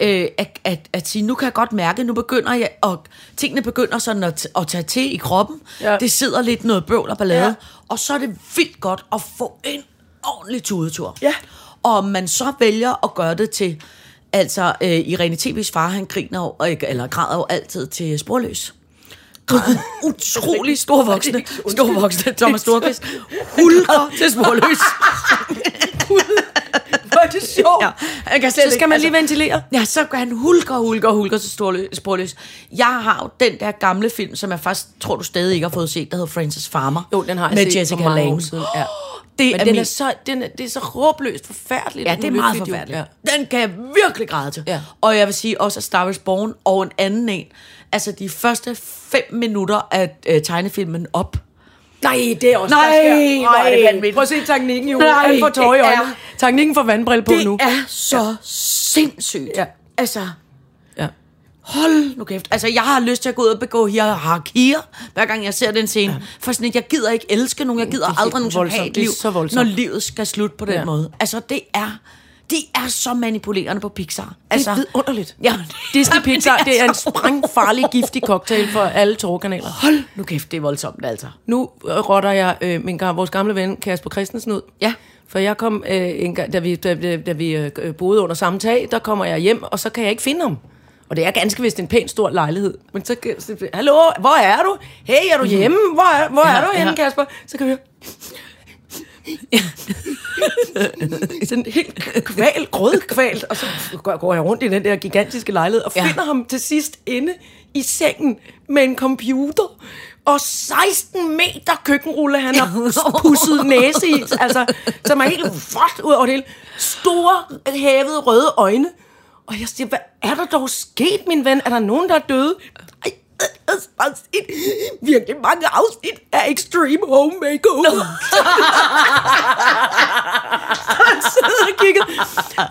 D: øh, at, at, at sige, nu kan jeg godt mærke, nu begynder jeg, og tingene begynder sådan at, at tage til i kroppen.
C: Ja.
D: Ja. Det sidder lidt noget bøvl og ballade.
C: Ja.
D: Ja. Og så er det vildt godt at få en ordentlig tudetur.
C: Ja.
D: Og om man så vælger at gøre det til, altså øh, Irene TV's far, han griner jo, og ikke- eller græder jo altid til sporløs. Utrolig storvoksne, storvoksne Thomas Storkvist
C: [laughs]
D: hulker til sporløs.
C: Hvor er det sjovt.
D: Ja, han kan slet
C: Så skal
D: ikke-
C: man
D: altså-
C: lige ventilere.
D: Ja, så går han hulker, hulker, hulker til storløs, sporløs. Jeg har jo den der gamle film, som jeg faktisk tror, du stadig ikke har fået set, der hedder Francis Farmer.
C: Jo, den har jeg
D: med
C: set
D: Jessica
C: for mange
D: Lange.
C: år siden. Ja.
D: Det
C: Men
D: er
C: den
D: min-
C: er så, den er, det er så råbløst forfærdeligt.
D: Ja, det er meget
C: ulykkeligt, jo.
D: forfærdeligt.
C: Ja.
D: Ja. Den kan jeg virkelig græde til.
C: Ja.
D: Og jeg vil sige også, at Star Wars Born og en anden en, altså de første fem minutter af øh, tegnefilmen op,
C: Nej, det er også,
D: Nej,
C: der sker.
D: hvor er det
C: Nej.
D: vanvittigt.
C: Prøv at se teknikken, jo.
D: Nej,
C: Han får tårer i
D: det er-
C: øjnene. Teknikken får vandbrille på
D: det
C: nu.
D: er så ja. sindssygt.
C: Ja.
D: Altså,
C: Ja.
D: hold nu kæft. Altså, jeg har lyst til at gå ud og begå hierarkier, hver gang jeg ser den scene. Ja. For sådan, et, jeg gider ikke elske nogen, jeg gider
C: helt
D: aldrig nogen
C: voldsomt.
D: have et
C: Det er
D: liv,
C: så voldsomt.
D: når livet skal slutte på den
C: Ja.
D: ja. måde. Altså, det er... De er så manipulerende på Pixar.
C: Altså,
D: Altså,
C: det er vidunderligt.
D: Ja, [laughs]
C: Disney
D: Jamen,
C: Pixar, [laughs] det er en
D: så-
C: sprængfarlig, giftig cocktail for alle tårerkanaler.
D: [laughs] Hold nu kæft, det er voldsomt, altså.
C: Nu øh, rotter jeg øh, min, gam- vores gamle ven Kasper Christensen ud.
D: Ja.
C: For jeg kom, øh, en, gang- da vi, da, da, da vi øh, boede under samme tag, der kommer jeg hjem, og så kan jeg ikke finde ham. Og det er ganske vist en pæn stor lejlighed. Men så, kan- så hallo, hvor er du? Hey, er du hjemme? Hvor er, hvor ja,
D: Ja,
C: er du henne,
D: ja.
C: Kasper? Så kan vi høre... [laughs] sådan helt kval, grødkvalt, og så går- går jeg rundt i den der gigantiske lejlighed, og
D: Ja.
C: finder ham til sidst inde i sengen med en computer, og 16 meter køkkenrulle, han har [laughs] pusset næse i, altså, som er helt vådt ud over det hele. Store, hævede, røde øjne. Og jeg siger, hvad er der dog sket, min ven? Er der nogen, der er døde? Ej, øh, jeg har set virkelig mange afsnit af Extreme Home [laughs] Makeover. siddet og kigget.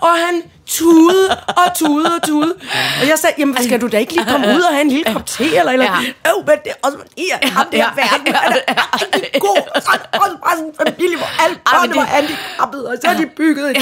C: Og han tudede og tudede og tudede. Og jeg sagde, jamen skal du da ikke lige komme ud og have en lille kop te? Eller, eller? Ja.
D: Ja.
C: Øv, men det er også i er ham der
D: Ja, ja,
C: verden. Han er rigtig god. Så er det også bare sådan en familie, hvor alle
D: Ej, men
C: børn
D: det-
C: var handicappede. Og så har de bygget et,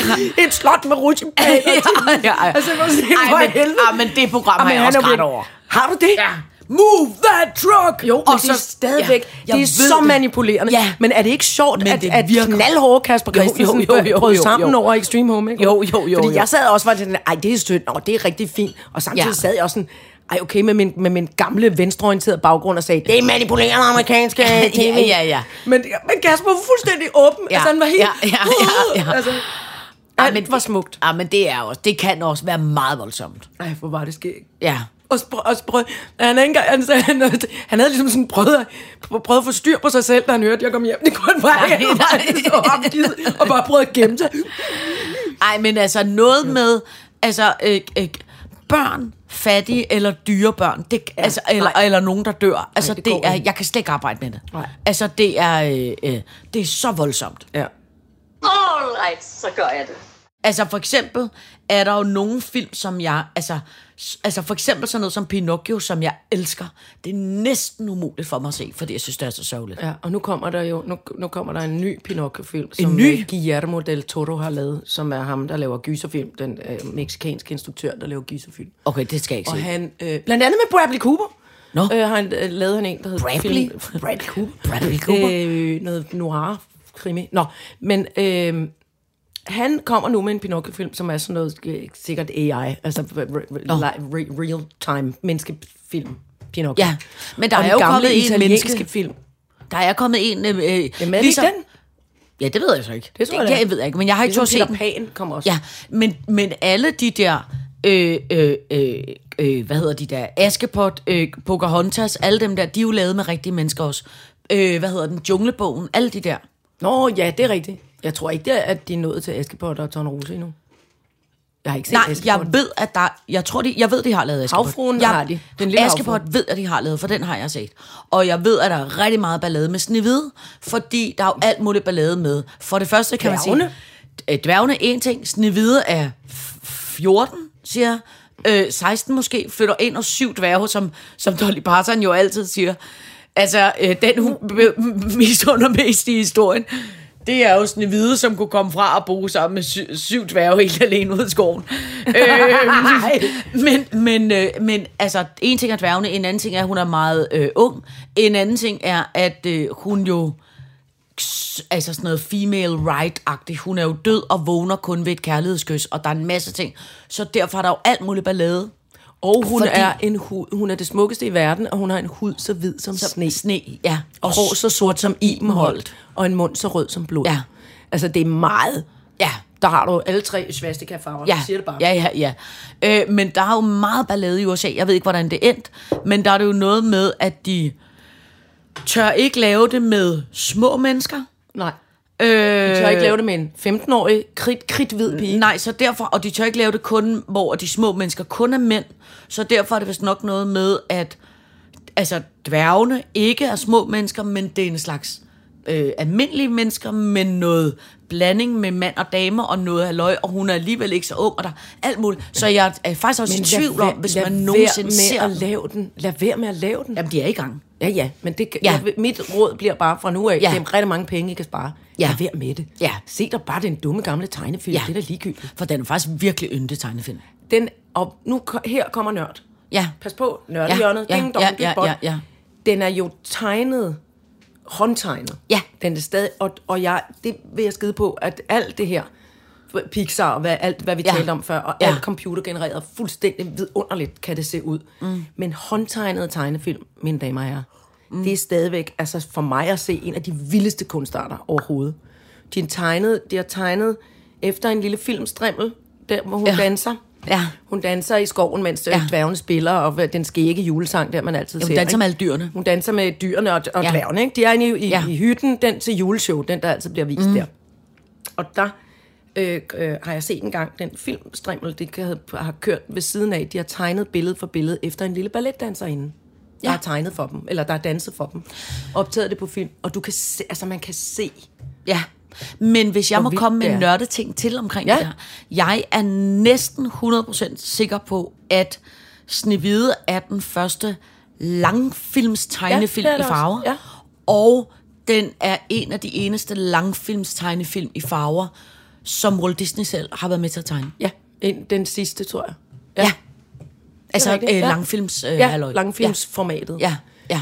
C: et slot med rutsjebaner.
D: ja, ja.
C: Altså, hvor-
D: Ej,
C: for
D: men,
C: helvede.
D: ah, men det program
C: Jamen,
D: har jeg
C: han
D: også
C: er
D: grædt
C: blevet-
D: over.
C: Har du det?
D: Ja.
C: move that truck!
D: Jo, men
C: og
D: det
C: så
D: er-
C: stadigvæk,
D: ja,
C: ja,
D: jeg
C: det er
D: ved
C: så
D: det.
C: manipulerende.
D: Ja.
C: Men er det ikke sjovt,
D: Men
C: at,
D: det
C: at
D: virker.
C: knaldhårde Kasper
D: Jo, jo,
C: Christensen
D: jo, jo,
C: brød
D: jo,
C: sammen
D: jo.
C: over Extreme Home? Ikke?
D: Jo, jo, jo,
C: Fordi
D: jo.
C: jeg sad også og var sådan, ej, det er sødt, og det er rigtig fint. Og samtidig
D: Ja.
C: sad jeg også sådan, ej, okay, med min, med min gamle venstreorienterede baggrund og sagde, det er manipulerende amerikanske TV.
D: [laughs] ja, ja.
C: Men, men Kasper var fuldstændig åben. Ja, altså, han var helt...
D: ja, ja, ja, ja.
C: Altså,
D: Ej,
C: alt var
D: det-
C: smukt.
D: Ej, Ah, men det er også, det kan også være meget voldsomt.
C: Ej, hvor var det skægt.
D: Ja.
C: Og, spr- og sprø- han, er ikke, engang- han, sagde- han, han havde ligesom sådan prøvet, at- pr- prøvet at få styr på sig selv, da han hørte, at jeg kom hjem. Det kunne han bare
D: Nej,
C: ikke. Han
D: nej.
C: var så opgivet og bare prøvet at gemme sig.
D: Ej, men altså noget med, altså øh, øh, børn, fattige eller dyre børn, det, ja, altså, eller, eller nogen, der dør. Altså,
C: det
D: det,
C: går
D: det er,
C: ikke.
D: jeg kan slet ikke arbejde med det.
C: Nej.
D: Altså, det er, øh, øh, det er så voldsomt.
C: Ja.
E: Alright, så gør jeg det.
D: Altså for eksempel er der jo nogle film, som jeg... Altså, s- altså for eksempel sådan noget som Pinocchio, som jeg elsker. Det er næsten umuligt for mig at se, fordi jeg synes, det er så sørgeligt.
C: ja. Og nu kommer der jo nu, nu kommer der en ny Pinocchio-film, som
D: ny?
C: øh, Guillermo del Toro har lavet, som er ham, der laver gyserfilm. Den øh, meksikanske instruktør, der laver gyserfilm.
D: Okay, det skal jeg ikke
C: Og
D: se.
C: han, øh, blandt andet med Bradley Cooper,
D: Nå.
C: øh, har han øh, lavet han en, der hedder
D: Bradley?
C: Film, Bradley Cooper.
D: Bradley Cooper.
C: Øh, noget noir krimi. Nå, men øh, han kommer nu med en Pinocchio-film, som er sådan noget øh, sikkert AI, altså re- re- li- re- real-time menneskefilm. Pinocchio.
D: Ja, men der
C: Og
D: er
C: den
D: jo
C: gamle
D: kommet en
C: italienske
D: menneske-
C: film.
D: Der er kommet en... Øh, øh,
C: Jamen, er ligesom, den?
D: Ja, det ved jeg så ikke.
C: Det tror jeg da.
D: det, jeg ved jeg ikke, men jeg har ikke
C: Ligesom
D: turde se
C: Peter
D: den.
C: Pan kommer også.
D: Ja, men, men alle de der... Øh, øh, øh, øh, hvad hedder de der? Askepot, øh, Pocahontas, alle dem der, de er jo lavet med rigtige mennesker også. Øh, hvad hedder den? Junglebogen, alle de der.
C: Nå, ja, det er rigtigt. Jeg tror ikke, det er, at de er nået til Askepot og Tone Rose endnu. Jeg har ikke set
D: Nej,
C: Askepot.
D: jeg ved, at der... Jeg tror, de, jeg ved, de har lavet Askepot.
C: Havfruen
D: jeg,
C: har de. Den lille
D: Askepot
C: havfrue.
D: ved, at de har lavet, for den har jeg set. Og jeg ved, at der er rigtig meget ballade med Snehvide, fordi der er jo alt muligt ballade med. For det første kan man
C: Dværgene.
D: sige... øh, Dværgene. en ting. Snehvide er f- 14, siger jeg. øh, 16 måske, flytter ind og syv dværge, som, som Dolly Parton jo altid siger. Altså, øh, den hun be- misunder mest i historien, det er jo Snehvide, som kunne komme fra at bo sammen med sy- syv dværge helt alene ude i skoven. øh, men, men, øh, men altså, en ting er dværgene, en anden ting er, at hun er meget øh, ung. En anden ting er, at øh, hun jo s- altså sådan noget female right-agtigt. Hun er jo død og vågner kun ved et kærlighedskys, og der er en masse ting. Så derfor er der jo alt muligt ballade.
C: Og hun,
D: Fordi-
C: er en hud, hun er det smukkeste i verden, og hun har en hud så hvid som
D: Så-
C: sne.
D: sne, ja.
C: Og hår så sort som ibenholdt. Og en mund så rød som blod.
D: Ja.
C: Altså, det er meget.
D: Ja.
C: Der har du alle tre svastikafarver.
D: Ja,
C: Jeg siger det bare.
D: ja, ja, ja. Øh, men der er jo meget ballade i USA. Jeg ved ikke, hvordan det endte, men der er det jo noget med, at de tør ikke lave det med små mennesker.
C: Nej.
D: Øh,
C: Jeg tør ikke lave det med en 15-årig krit, krit hvid pige.
D: Nej, så derfor, og de tør ikke lave det kun, hvor de små mennesker kun er mænd, så derfor er det vist nok noget med, at altså, dværgene ikke er små mennesker, men det er en slags øh, almindelige mennesker, men noget blanding med mand og dame og noget halløj, og hun er alligevel ikke så ung, og der er alt muligt. Så jeg er faktisk også i tvivl om, hvis man nogensinde
C: med
D: ser...
C: at lave den. Lad være med at lave den.
D: Jamen, de er i gang.
C: Ja, ja, men det, ja.
D: Ja.
C: Jeg, vil- mit råd bliver bare fra nu af, ja.
D: Ja.
C: det er rigtig mange penge, I kan spare.
D: Ja.
C: Lad være med det.
D: Ja.
C: Se dig bare den dumme gamle tegnefilm, ja. det er da ligegyldigt.
D: For den er faktisk virkelig yndig tegnefilm.
C: Den, og nu, ko- her kommer nørd.
D: Ja.
C: Pas på, nørdehjørnet.
D: Ja,
C: Ja.
D: ja,
C: Ding dong,
D: ja,
C: dyt,
D: ja,
C: bot.
D: ja, ja.
C: Den er jo tegnet, håndtegnet.
D: Ja.
C: Den er stadig, og, og jeg, det vil jeg skide på, at alt det her, Pixar, hvad, alt hvad vi
D: Ja.
C: talte om før, og
D: Ja.
C: alt computergenereret, fuldstændig vidunderligt kan det se ud. Mm. Men håndtegnet tegnefilm, mine damer og herrer, mm. det er stadigvæk, altså for mig at se, en af de vildeste kunstarter overhovedet. De er tegnet, de har tegnet efter en lille filmstrimmel, der hvor hun ja.
D: Ja.
C: danser.
D: Ja.
C: Hun danser i skoven, mens ja.
D: Ja.
C: dværgene spiller, og hvad- den skægge julesang, der man altid
D: Ja, hun
C: ser.
D: danser
C: ikke?
D: med alle dyrene.
C: Hun danser med dyrene og, og ja.
D: Ja.
C: dværgene, ikke? De er inde i, i, ja.
D: Ja. Mhm.
C: i hytten, den til juleshow, den der altid bliver vist mm. der. Og der øh, øh, har jeg set en gang den filmstrimmel, det kan- har kørt ved siden af, de har tegnet billede for billede efter en lille balletdanserinde. Ja.
D: Ja.
C: Der har tegnet for dem, eller der er danset for dem. Optaget det på film, og du kan se, altså man kan se.
D: Ja, men hvis jeg
C: Hvor
D: må
C: vildt
D: komme med
C: det er.
D: en nørdeting til omkring
C: Ja.
D: ja. det her. Jeg er næsten 100% sikker på, at Snevide er den første langfilmstegnefilm
C: Ja, det
D: ja,
C: er
D: i
C: det også.
D: farver.
C: Ja.
D: Og den er en af de eneste langfilmstegnefilm i farver, som Walt Disney selv har været med til at tegne.
C: Ja, en- den sidste, tror jeg.
D: Ja. ja. Altså
C: rigtigt,
D: øh,
C: ja.
D: langfilms øh,
C: Ja,
D: halløj.
C: langfilmsformatet.
D: Ja, ja. ja.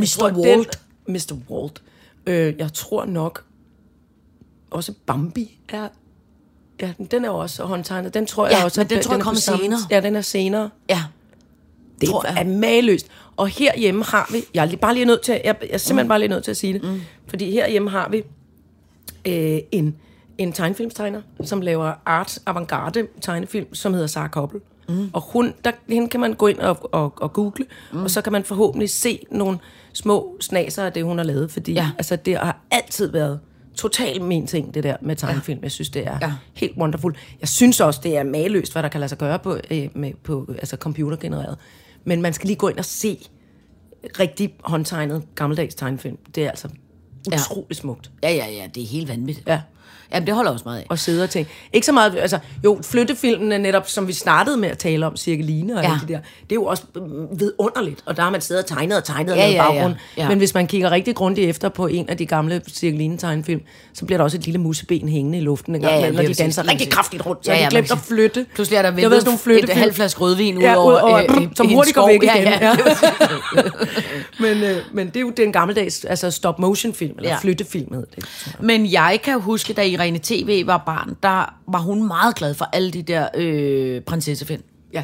C: Jeg tror,
D: Mr.
C: den-
D: Walt.
C: Mr. Walt. Øh, jeg tror nok, også Bambi er... Ja, den- den er jo også håndtegnet. Den tror jeg
D: Ja,
C: også...
D: men den tror jeg
C: er på
D: kommer
C: samme-
D: senere.
C: Ja, den er senere.
D: Ja.
C: Det
D: Tror
C: er
D: jeg.
C: mageløst. Og herhjemme har vi... Jeg er, lige, bare lige nødt til, at- jeg, jeg er simpelthen bare lige nødt til at sige det. Mm. Fordi herhjemme har vi øh, en, en tegnefilmstegner, som laver art avantgarde tegnefilm, som hedder Sara Koppel. Mm. Og hun, der, hende kan man gå ind og, og, og google, mm. og så kan man forhåbentlig se nogle små snaser af det, hun har lavet. Fordi ja.
D: Ja.
C: altså, det har altid været totalt min ting, det der med tegnefilm. Jeg synes, det er ja.
D: Ja.
C: helt wonderful. Jeg synes også, det er maløst, hvad der kan lade sig gøre på, øh, med, på altså computergenereret. Men man skal lige gå ind og se rigtig håndtegnet gammeldags tegnefilm. Det er altså utrolig ja. smukt.
D: Ja, ja, ja, det er helt vanvittigt.
C: Ja.
D: Jamen, det holder jeg også meget af.
C: og sidde og tænke. Ikke så meget, altså jo, flyttefilmen er netop, som vi startede med at tale om, Cirkeline og ja.
D: Ja.
C: alt det der, det er jo også mm, vidunderligt, og der har man siddet og tegnet og tegnet ja, og
D: Ja,
C: lavet
D: ja, ja.
C: baggrund.
D: Ja.
C: Men hvis man kigger rigtig grundigt efter på en af de gamle Cirkeline-tegnefilm, så bliver der også et lille museben hængende i luften en gang,
D: Ja,
C: ja,
D: ja,
C: ja, når
D: lige
C: de
D: præcis,
C: danser
D: lige
C: rigtig
D: præcis.
C: kraftigt rundt, så
D: Ja,
C: ja, ja,
D: ja,
C: de glemt
D: man
C: at
D: kan sige-
C: flytte.
D: Pludselig er der
C: Jeg ved, sådan nogle
D: ventet et
C: flyttefilm.
D: halvt flaske rødvin ud
C: Ja,
D: over,
C: over [clears throat]
D: øh, øh,
C: som
D: i en
C: hurtigt går
D: skov.
C: væk
D: Ja,
C: igen.
D: ja,
C: [laughs]
D: det
C: men, øh, men det er jo den gammeldags altså stop-motion-film, eller ja.
D: Ja.
C: flyttefilm hed det.
D: Men jeg kan huske, da Irene TV var barn, der var hun meget glad for alle de der øh, prinsessefilm.
C: Ja.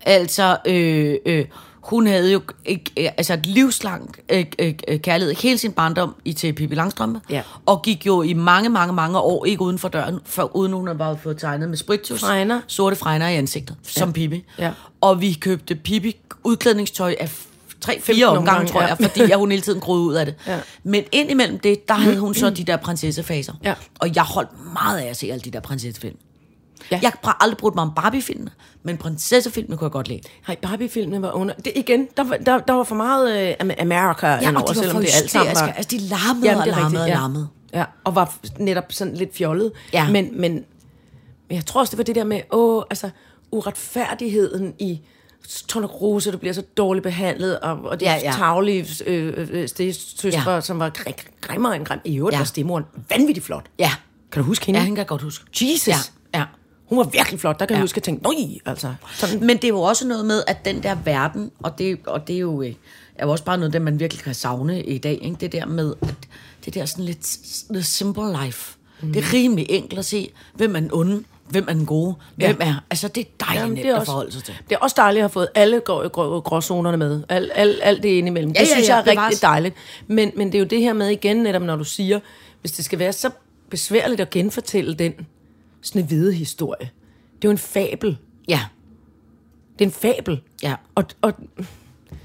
D: Altså, øh, øh, hun havde jo ikke, øh, altså et livslang øh, øh, øh, kærlighed hele sin barndom i til Pippi Langstrømpe,
C: Ja.
D: og gik jo i mange, mange, mange år ikke uden for døren, for uden hun havde bare fået tegnet med spritus,
C: Fregner.
D: sorte fregner i ansigtet, ja. som Pippi.
C: Ja.
D: Og vi købte Pippi udklædningstøj af tre, fire
C: 15
D: omgange,
C: omgange,
D: tror
C: ja.
D: jeg, fordi jeg, hun hele tiden groede ud af det.
C: Ja.
D: Men ind imellem det, der havde hun
C: [clears throat]
D: så de der prinsessefaser.
C: Ja.
D: Og jeg holdt meget af at se alle de der prinsessefilm.
C: Ja.
D: Ja. Jeg har aldrig brugt mig om Barbie-filmene, men prinsessefilmene kunne jeg godt lide.
C: Nej, Barbie-filmene var under... Det, igen, der, var- der, der var for meget øh, America
D: Ja, og
C: indover,
D: de var for
C: selvom det alt sammen var...
D: hysteriske. Altså, de larmede Jamen, og
C: det er
D: larmede og
C: rigtigt,
D: larmede.
C: Ja. ja, og var f- netop sådan lidt fjollet.
D: Ja.
C: Men, men men jeg tror også, det var det der med, åh, altså, uretfærdigheden i Tone Rose, der bliver så dårligt behandlet, og, og de ja,
D: Ja,
C: ja.
D: ja.
C: tavlige øh, øh, stedsøstre, ja.
D: Ja.
C: som var gr- grimmere end grim. I øvrigt ja.
D: Ja.
C: var stemoren vanvittigt flot.
D: Ja.
C: Kan du huske hende?
D: Ja, hende kan jeg godt huske.
C: Jesus!
D: Ja, ja.
C: Hun var virkelig flot. Der kan ja. jeg
D: Ja.
C: huske, at jeg tænkte, nej, altså. Sådan,
D: Men det er jo også noget med, at den der verden, og det, og det er, jo, øh, er jo også bare noget, det man virkelig kan savne i dag, ikke? det der med, at det der sådan lidt s- the simple life. Mm. Det er rimelig enkelt at se, hvem er den onde, hvem er den gode, ja. hvem er... Altså, det er dejligt Jamen,
C: Jamen,
D: nemt
C: det, er
D: at forholde
C: også,
D: sig til.
C: det er også dejligt at have fået alle grå, grå, gråzonerne med. Alt al, al det indimellem. Ja,
D: Ja,
C: det
D: ja,
C: synes
D: ja,
C: jeg er
D: bevares.
C: rigtig dejligt. Men, men det er jo det her med igen, netop når du siger, hvis det skal være så besværligt at genfortælle den snevide historie. Det er jo en fabel.
D: Ja,
C: Det er en fabel.
D: ja,
C: Og, og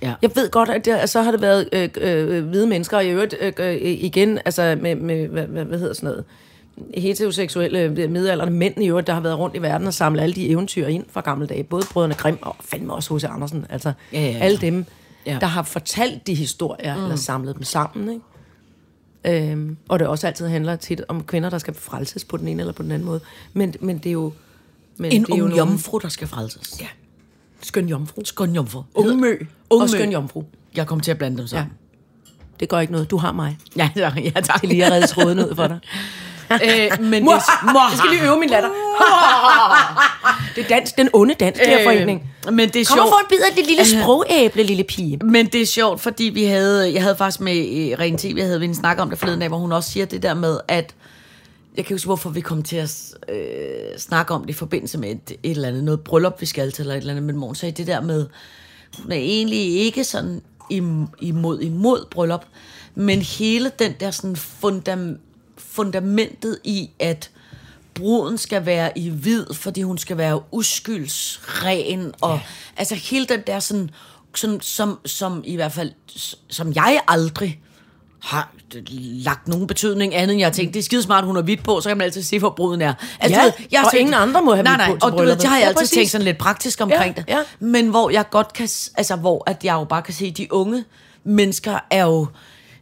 D: ja.
C: jeg ved godt, at det, så har det været øh, øh, hvide mennesker, og i øvrigt øh, øh, igen, altså med, med hvad, hvad, hvad hedder sådan noget, heteroseksuelle øh, midaldrende mænd i øvrigt, der har været rundt i verden og samlet alle de eventyr ind fra gamle dage. Både Brødrene Grimm og fandme også H.C. Andersen. Altså ja,
D: Ja,
C: ja,
D: ja,
C: ja.
D: ja.
C: alle dem, ja.
D: Ja.
C: der har fortalt de historier, mm. eller samlet dem sammen, ikke? Øhm, og det også altid handler tit om kvinder, der skal frelses på den ene eller på den anden måde. Men, men det er jo... Men
D: En
C: det er jo
D: ung
C: nogle-
D: jomfru, der skal frelses. Ja.
C: Skøn jomfru.
D: Skøn jomfru.
C: Ungmø.
D: Ungmø.
C: Og skøn jomfru.
D: Jeg kom til at blande dem sammen.
C: Det gør ikke noget. Du har mig.
D: Ja, [laughs] ja, ja tak.
C: Til lige at redde tråden ud for dig.
D: Øh, men
C: Mor,
D: det, mor,
C: jeg skal lige øve min latter. [laughs] det er dans, den onde dans, det her forening.
D: Øh, men det er
C: Kom og
D: sjovt. Altså-
C: få en bid af det lille sprogæble, lille pige.
D: Men det er sjovt, fordi vi havde, jeg havde faktisk med øh, Ren TV, jeg havde vi en snak om det forleden dag, hvor hun også siger det der med, at jeg kan ikke huske, hvorfor vi kom til at øh, snakke om det i forbindelse med et, et eller andet, noget bryllup, vi skal til, eller et eller andet, men morgen sagde det der med, hun er egentlig ikke sådan im- imod, imod bryllup, men hele den der sådan fundam, fundamentet i, at bruden skal være i hvid, fordi hun skal være uskyldsren, og ja. altså hele den der sådan, sådan som, som i hvert fald, s- som jeg aldrig har d- lagt nogen betydning andet, end jeg har tænkt, det er skidesmart, hun har hvidt på, så kan man altid se, hvor bruden er. Altså,
C: Ja,
D: du ved, jeg har
C: og
D: tænkt-
C: ingen andre må have
D: nej,
C: hvidt
D: nej,
C: på til
D: og du ved,
C: brylluppet.
D: det har jeg
C: Ja,
D: altid
C: præcis.
D: tænkt sådan lidt praktisk omkring
C: Ja,
D: det.
C: ja.
D: Men hvor jeg godt kan, s- altså hvor at jeg jo bare kan se, at de unge mennesker er jo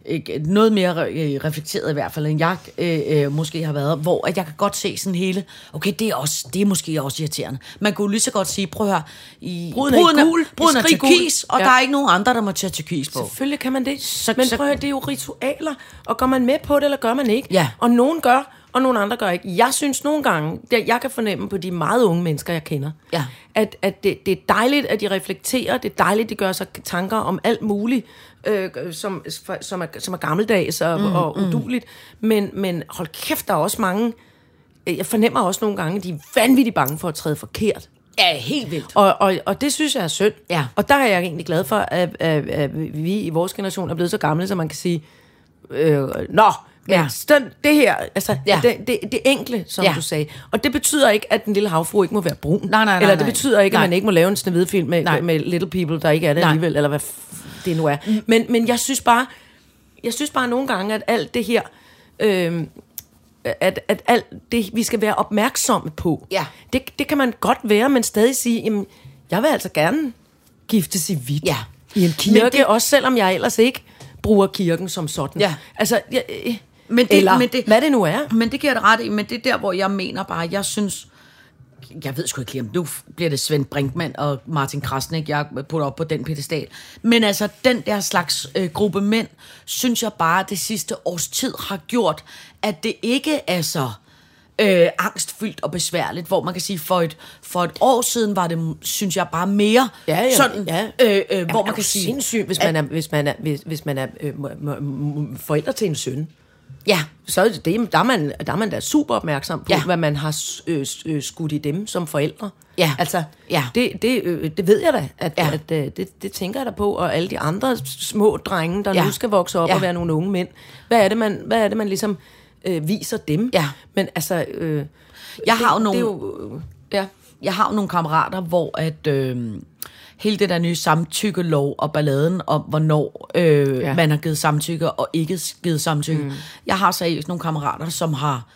D: ikke, noget mere re- øh, reflekteret i hvert fald, end jeg øh, øh, måske har været, hvor at jeg kan godt se sådan hele, okay, det er, også, det er måske også irriterende. Man kunne lige så godt sige, prøv at høre, i,
C: Bruden er i gul,
D: bruden er
C: skrig gul.
D: turkis, og
C: Ja.
D: ja. der er ikke nogen andre, der må tage turkis på.
C: Selvfølgelig kan man det.
D: Så-
C: Men
D: så-
C: prøv at høre, det er jo ritualer, og går man med på det, eller gør man ikke?
D: Ja.
C: Og nogen gør, og nogle andre gør ikke. Jeg synes nogle gange, det, jeg kan fornemme på de meget unge mennesker, jeg kender,
D: Ja.
C: at, at det, det er dejligt, at de reflekterer, det er dejligt, de gør sig tanker om alt muligt, øh, som, for- som, er, som er gammeldags og, mm, og uduligt. Men, men hold kæft, der er også mange, øh, jeg fornemmer også nogle gange, de er vanvittigt bange for at træde forkert.
D: Ja, helt vildt.
C: Og, og, og det synes jeg er synd.
D: Ja.
C: Og der er jeg egentlig glad for, at, at, at vi i vores generation er blevet så gamle, så man kan sige, øh, nå,
D: Ja.
C: ja. støn, det her, altså
D: Ja.
C: ja. det, det, det enkle, som
D: Ja.
C: ja. du sagde. Og det betyder ikke, at den lille havfru ikke må være brun.
D: Nej, nej, nej,
C: Eller det
D: nej.
C: betyder ikke,
D: Nej.
C: at man ikke må lave en snevide-film
D: Nej.
C: med, med Little People, der ikke er det
D: Nej. Mm.
C: alligevel, eller hvad f- det nu er. Men, men jeg synes bare, jeg synes bare nogle gange, at alt det her... Øh, at, at alt det, vi skal være opmærksomme på,
D: Ja.
C: det, det kan man godt være, men stadig sige, jamen, jeg vil altså gerne giftes i hvidt
D: Ja.
C: i en kirke,
D: Men det-
C: det... også selvom jeg ellers ikke bruger kirken som sådan.
D: Ja.
C: Altså, jeg, øh,
D: Men det-
C: eller
D: men det-
C: hvad det nu er.
D: Men det giver det ret i, men det er der, hvor jeg mener bare, jeg synes, jeg ved sgu ikke lige, om nu bliver det Svend Brinkmann og Martin Krasnik, jeg putter op på den pedestal. Men altså, den der slags øh, gruppe mænd, synes jeg bare, det sidste års tid har gjort, at det ikke er så øh, angstfyldt og besværligt, hvor man kan sige, for et, for et år siden var det, synes jeg, bare mere
C: Ja, ja,
D: sådan,
C: ja.
D: Øh, øh, hvor
C: Jamen,
D: man kan sige...
C: sindssygt, hvis man er, hvis man er, hvis, hvis man er øh, m- m- m- forældre til en søn.
D: Ja,
C: så er det, det- der, er man, der er man da super opmærksom på,
D: Ja.
C: ja. hvad man har s- øh, s- øh, skudt i dem som forældre.
D: Ja.
C: Altså,
D: Ja.
C: Det, det, øh, det ved jeg da, at,
D: Ja.
C: ja. at øh, det, det tænker jeg da på, og alle de andre små drenge, der
D: Ja.
C: ja. nu skal vokse op
D: Ja.
C: ja. og være nogle unge mænd. Hvad er det, man, hvad er det, man ligesom øh, viser dem?
D: Ja.
C: Men altså, øh,
D: jeg har jo nogle...
C: det er jo... Øh, ja.
D: jeg har jo nogle kammerater, hvor at øh, hele det der nye samtykkelov og balladen om, hvornår øh, ja.
C: Ja.
D: man har givet samtykke og ikke givet samtykke. Mm. Jeg har seriøst nogle kammerater, som har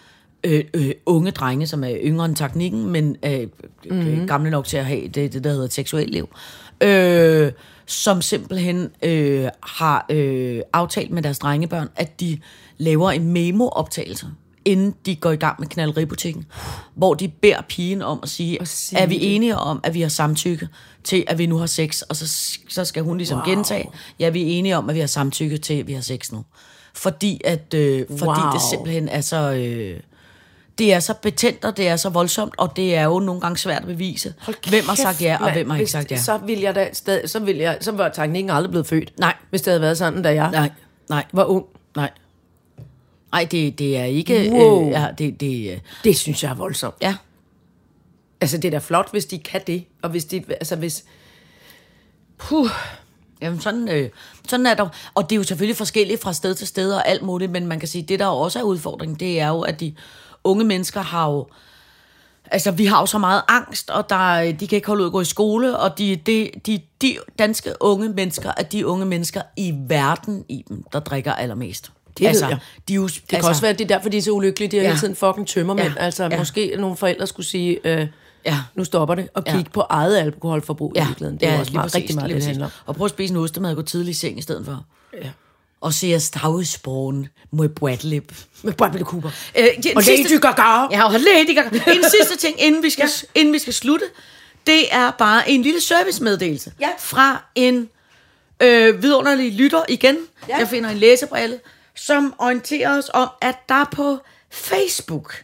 D: øh, øh, unge drenge, som er yngre end teknikken, men øh,
C: Mm-hmm.
D: mm. gamle nok til at have det, det der hedder et seksuelt liv. Øh, som simpelthen øh, har øh, aftalt med deres drengebørn, at de laver en memo-optagelse, inden de går i gang med knaldeributikken, hvor de beder pigen om at sige,
C: sige
D: er vi enige om, at vi har samtykke til, at vi nu har sex? Og så, så skal hun ligesom wow. gentage, ja, vi er enige om, at vi har samtykke til, at vi har sex nu. Fordi, at, øh, fordi
C: Wow.
D: det simpelthen er så... Øh, det er så betændt, og det er så voldsomt, og det er jo nogle gange svært at bevise, hvem har sagt ja, og
C: mand.
D: hvem har ikke
C: Hvis-
D: sagt ja.
C: Så ville jeg da stadig, så ville jeg, så var teknikken aldrig blevet født.
D: Nej.
C: Hvis det havde været sådan, da jeg
D: Nej, nej,
C: var ung.
D: nej. Nej, det, det er ikke...
C: Wow.
D: Øh, ja, det, det, øh,
C: Det synes jeg er voldsomt.
D: ja.
C: Altså, det er da flot, hvis de kan det. Og hvis de, altså hvis... Puh,
D: Jamen sådan, øh, sådan er der. Og det er jo selvfølgelig forskelligt fra sted til sted og alt muligt, men man kan sige, at det der jo også er udfordringen, det er jo, at de unge mennesker har jo... Altså, vi har jo så meget angst, og der, øh, de kan ikke holde ud at gå i skole, og de, de, de, de danske unge mennesker er de unge mennesker i verden i dem, der drikker allermest.
C: ved
D: altså,
C: jeg.
D: De er jo,
C: det altså, kan også være, at det er derfor, de er så ulykkelige. De er
D: Ja.
C: ja. hele tiden fucking tømmermænd.
D: Ja,
C: Ja. Altså,
D: ja.
C: ja. måske nogle forældre skulle sige, øh,
D: Ja.
C: nu stopper det, og
D: Ja.
C: kigge på eget alkoholforbrug i virkeligheden. Det er jo også
D: lige
C: meget, rigtig meget,
D: lige
C: det
D: præcis.
C: det handler om.
D: Og prøv at spise en ostemad og gå tidlig i seng i stedet for.
C: Ja.
D: Og se at stavesprogen med bradlip.
C: Men Bradley Cooper.
D: Øh, ja, en
C: Og
D: sidste-
C: Lady Gaga.
D: [laughs] Ja, og Lady Gaga. En sidste ting, inden vi skal, ja. inden vi skal slutte, det er bare en lille servicemeddelelse ja. fra en øh, vidunderlig lytter igen. Ja. Jeg finder en læsebrille, som orienterer os om, at der på Facebook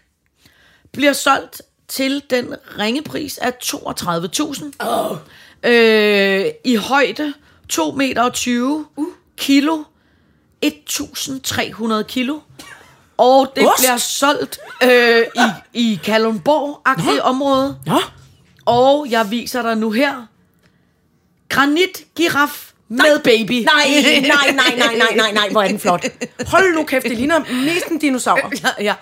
D: bliver solgt til den ringe pris af 32.000. Oh. Øh, I højde 2,20 meter uh. kilo. 1.300 kilo. Og det Ost.
C: Ost?
D: bliver solgt øh, i, i Kalundborg-agtige område.
C: Nå,
D: Og jeg viser dig nu her. Granitgiraf med baby.
C: nej, nej, nej, nej, nej, nej, nej, hvor er den flot. Hold nu kæft, det ligner mest en dinosaur.
D: [laughs] Ja, ja.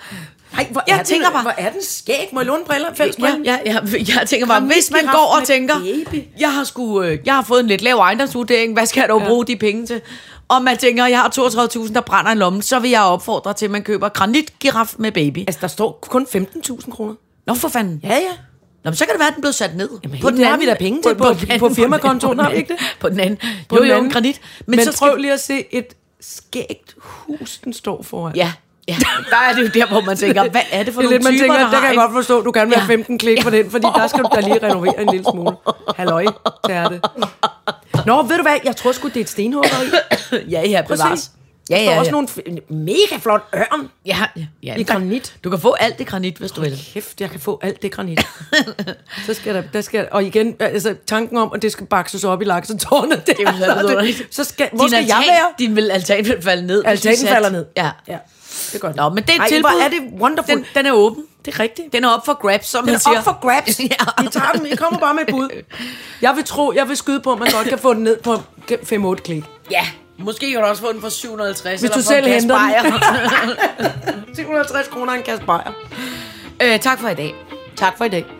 C: Nej, hvor
D: Jeg
C: er
D: tænker
C: den,
D: bare-
C: hvor er den skæg? Må jeg låne briller? Fælles
D: Ja,
C: briller?
D: ja, ja, jeg tænker bare,
C: Granit
D: hvis man
C: giraf
D: går og
C: med
D: tænker,
C: baby.
D: jeg har, sgu, øh, jeg har fået en lidt lav ejendomsvurdering, hvad skal jeg dog ja. bruge de penge til? Og man tænker, jeg har 32.000, der brænder en lomme, så vil jeg opfordre til, at man køber granitgiraf med baby.
C: Altså, der står kun 15.000 kroner.
D: Nå for fanden.
C: Ja, ja.
D: Nå, men så kan det være, at den blev sat ned.
C: Jamen, helt klart, vi har penge til. På-
D: den anden-
C: på firmakontoen,
D: den
C: har vi
D: anden-
C: ikke det?
D: [laughs] På den anden.
C: På
D: jo,
C: den
D: jo,
C: anden.
D: granit.
C: Men, Men så prøv
D: skal-
C: lige at se et skægt hus, den står foran.
D: Ja, ja. Der er det jo der, hvor man tænker, hvad er det for
C: det er
D: nogle
C: lidt, man
D: typer,
C: tænker,
D: der
C: der kan jeg
D: har,
C: godt forstå, at du gerne vil have
D: Ja.
C: 15 klik på den, fordi der skal du da lige renovere en lille smule. Halløj, tærte. Nå, ved du hvad, jeg tror sgu, det er et stenhugger i. [coughs]
D: ikke? [laughs] Ja, ja,
C: Prøv at
D: bevares.
C: se. Ja, ja, ja. Der er også
D: ja.
C: nogle f- en mega flot ørn.
D: Ja, ja, ja.
C: I granit.
D: Du kan få alt i granit, hvis du vil.
C: Kæft, jeg kan få alt det granit.
D: [laughs]
C: så skal der, der skal, og igen, altså tanken om, at det skal bakses op i laksetårnet,
D: Det
C: det,
D: er jo
C: altså, [laughs]
D: vidunderligt.
C: Så skal, hvor skal jeg være?
D: Din vil altan vil falde ned. hvis
C: Altanen
D: du satte-
C: falder ned.
D: Ja.
C: Ja, det er godt.
D: Nå, men det er
C: Ej,
D: et tilbud.
C: hvor er det wonderful.
D: Den, den er åben.
C: det er rigtigt.
D: Den er op for grabs, som
C: Den
D: man
C: er
D: siger.
C: op for
D: [laughs]
C: grabs.
D: Ja.
C: I tager den. I kommer bare med et bud. Jeg vil tro, jeg vil skyde på, at man godt kan få den ned på 5-8 klik.
D: Ja. Måske kan du også få den for 750.
C: Hvis
D: eller
C: du
D: for en
C: selv
D: kasse
C: henter den.
D: bajer.
C: 750 kroner en kasse bajer.
D: [laughs] øh, tak for i dag.
C: Tak for i dag.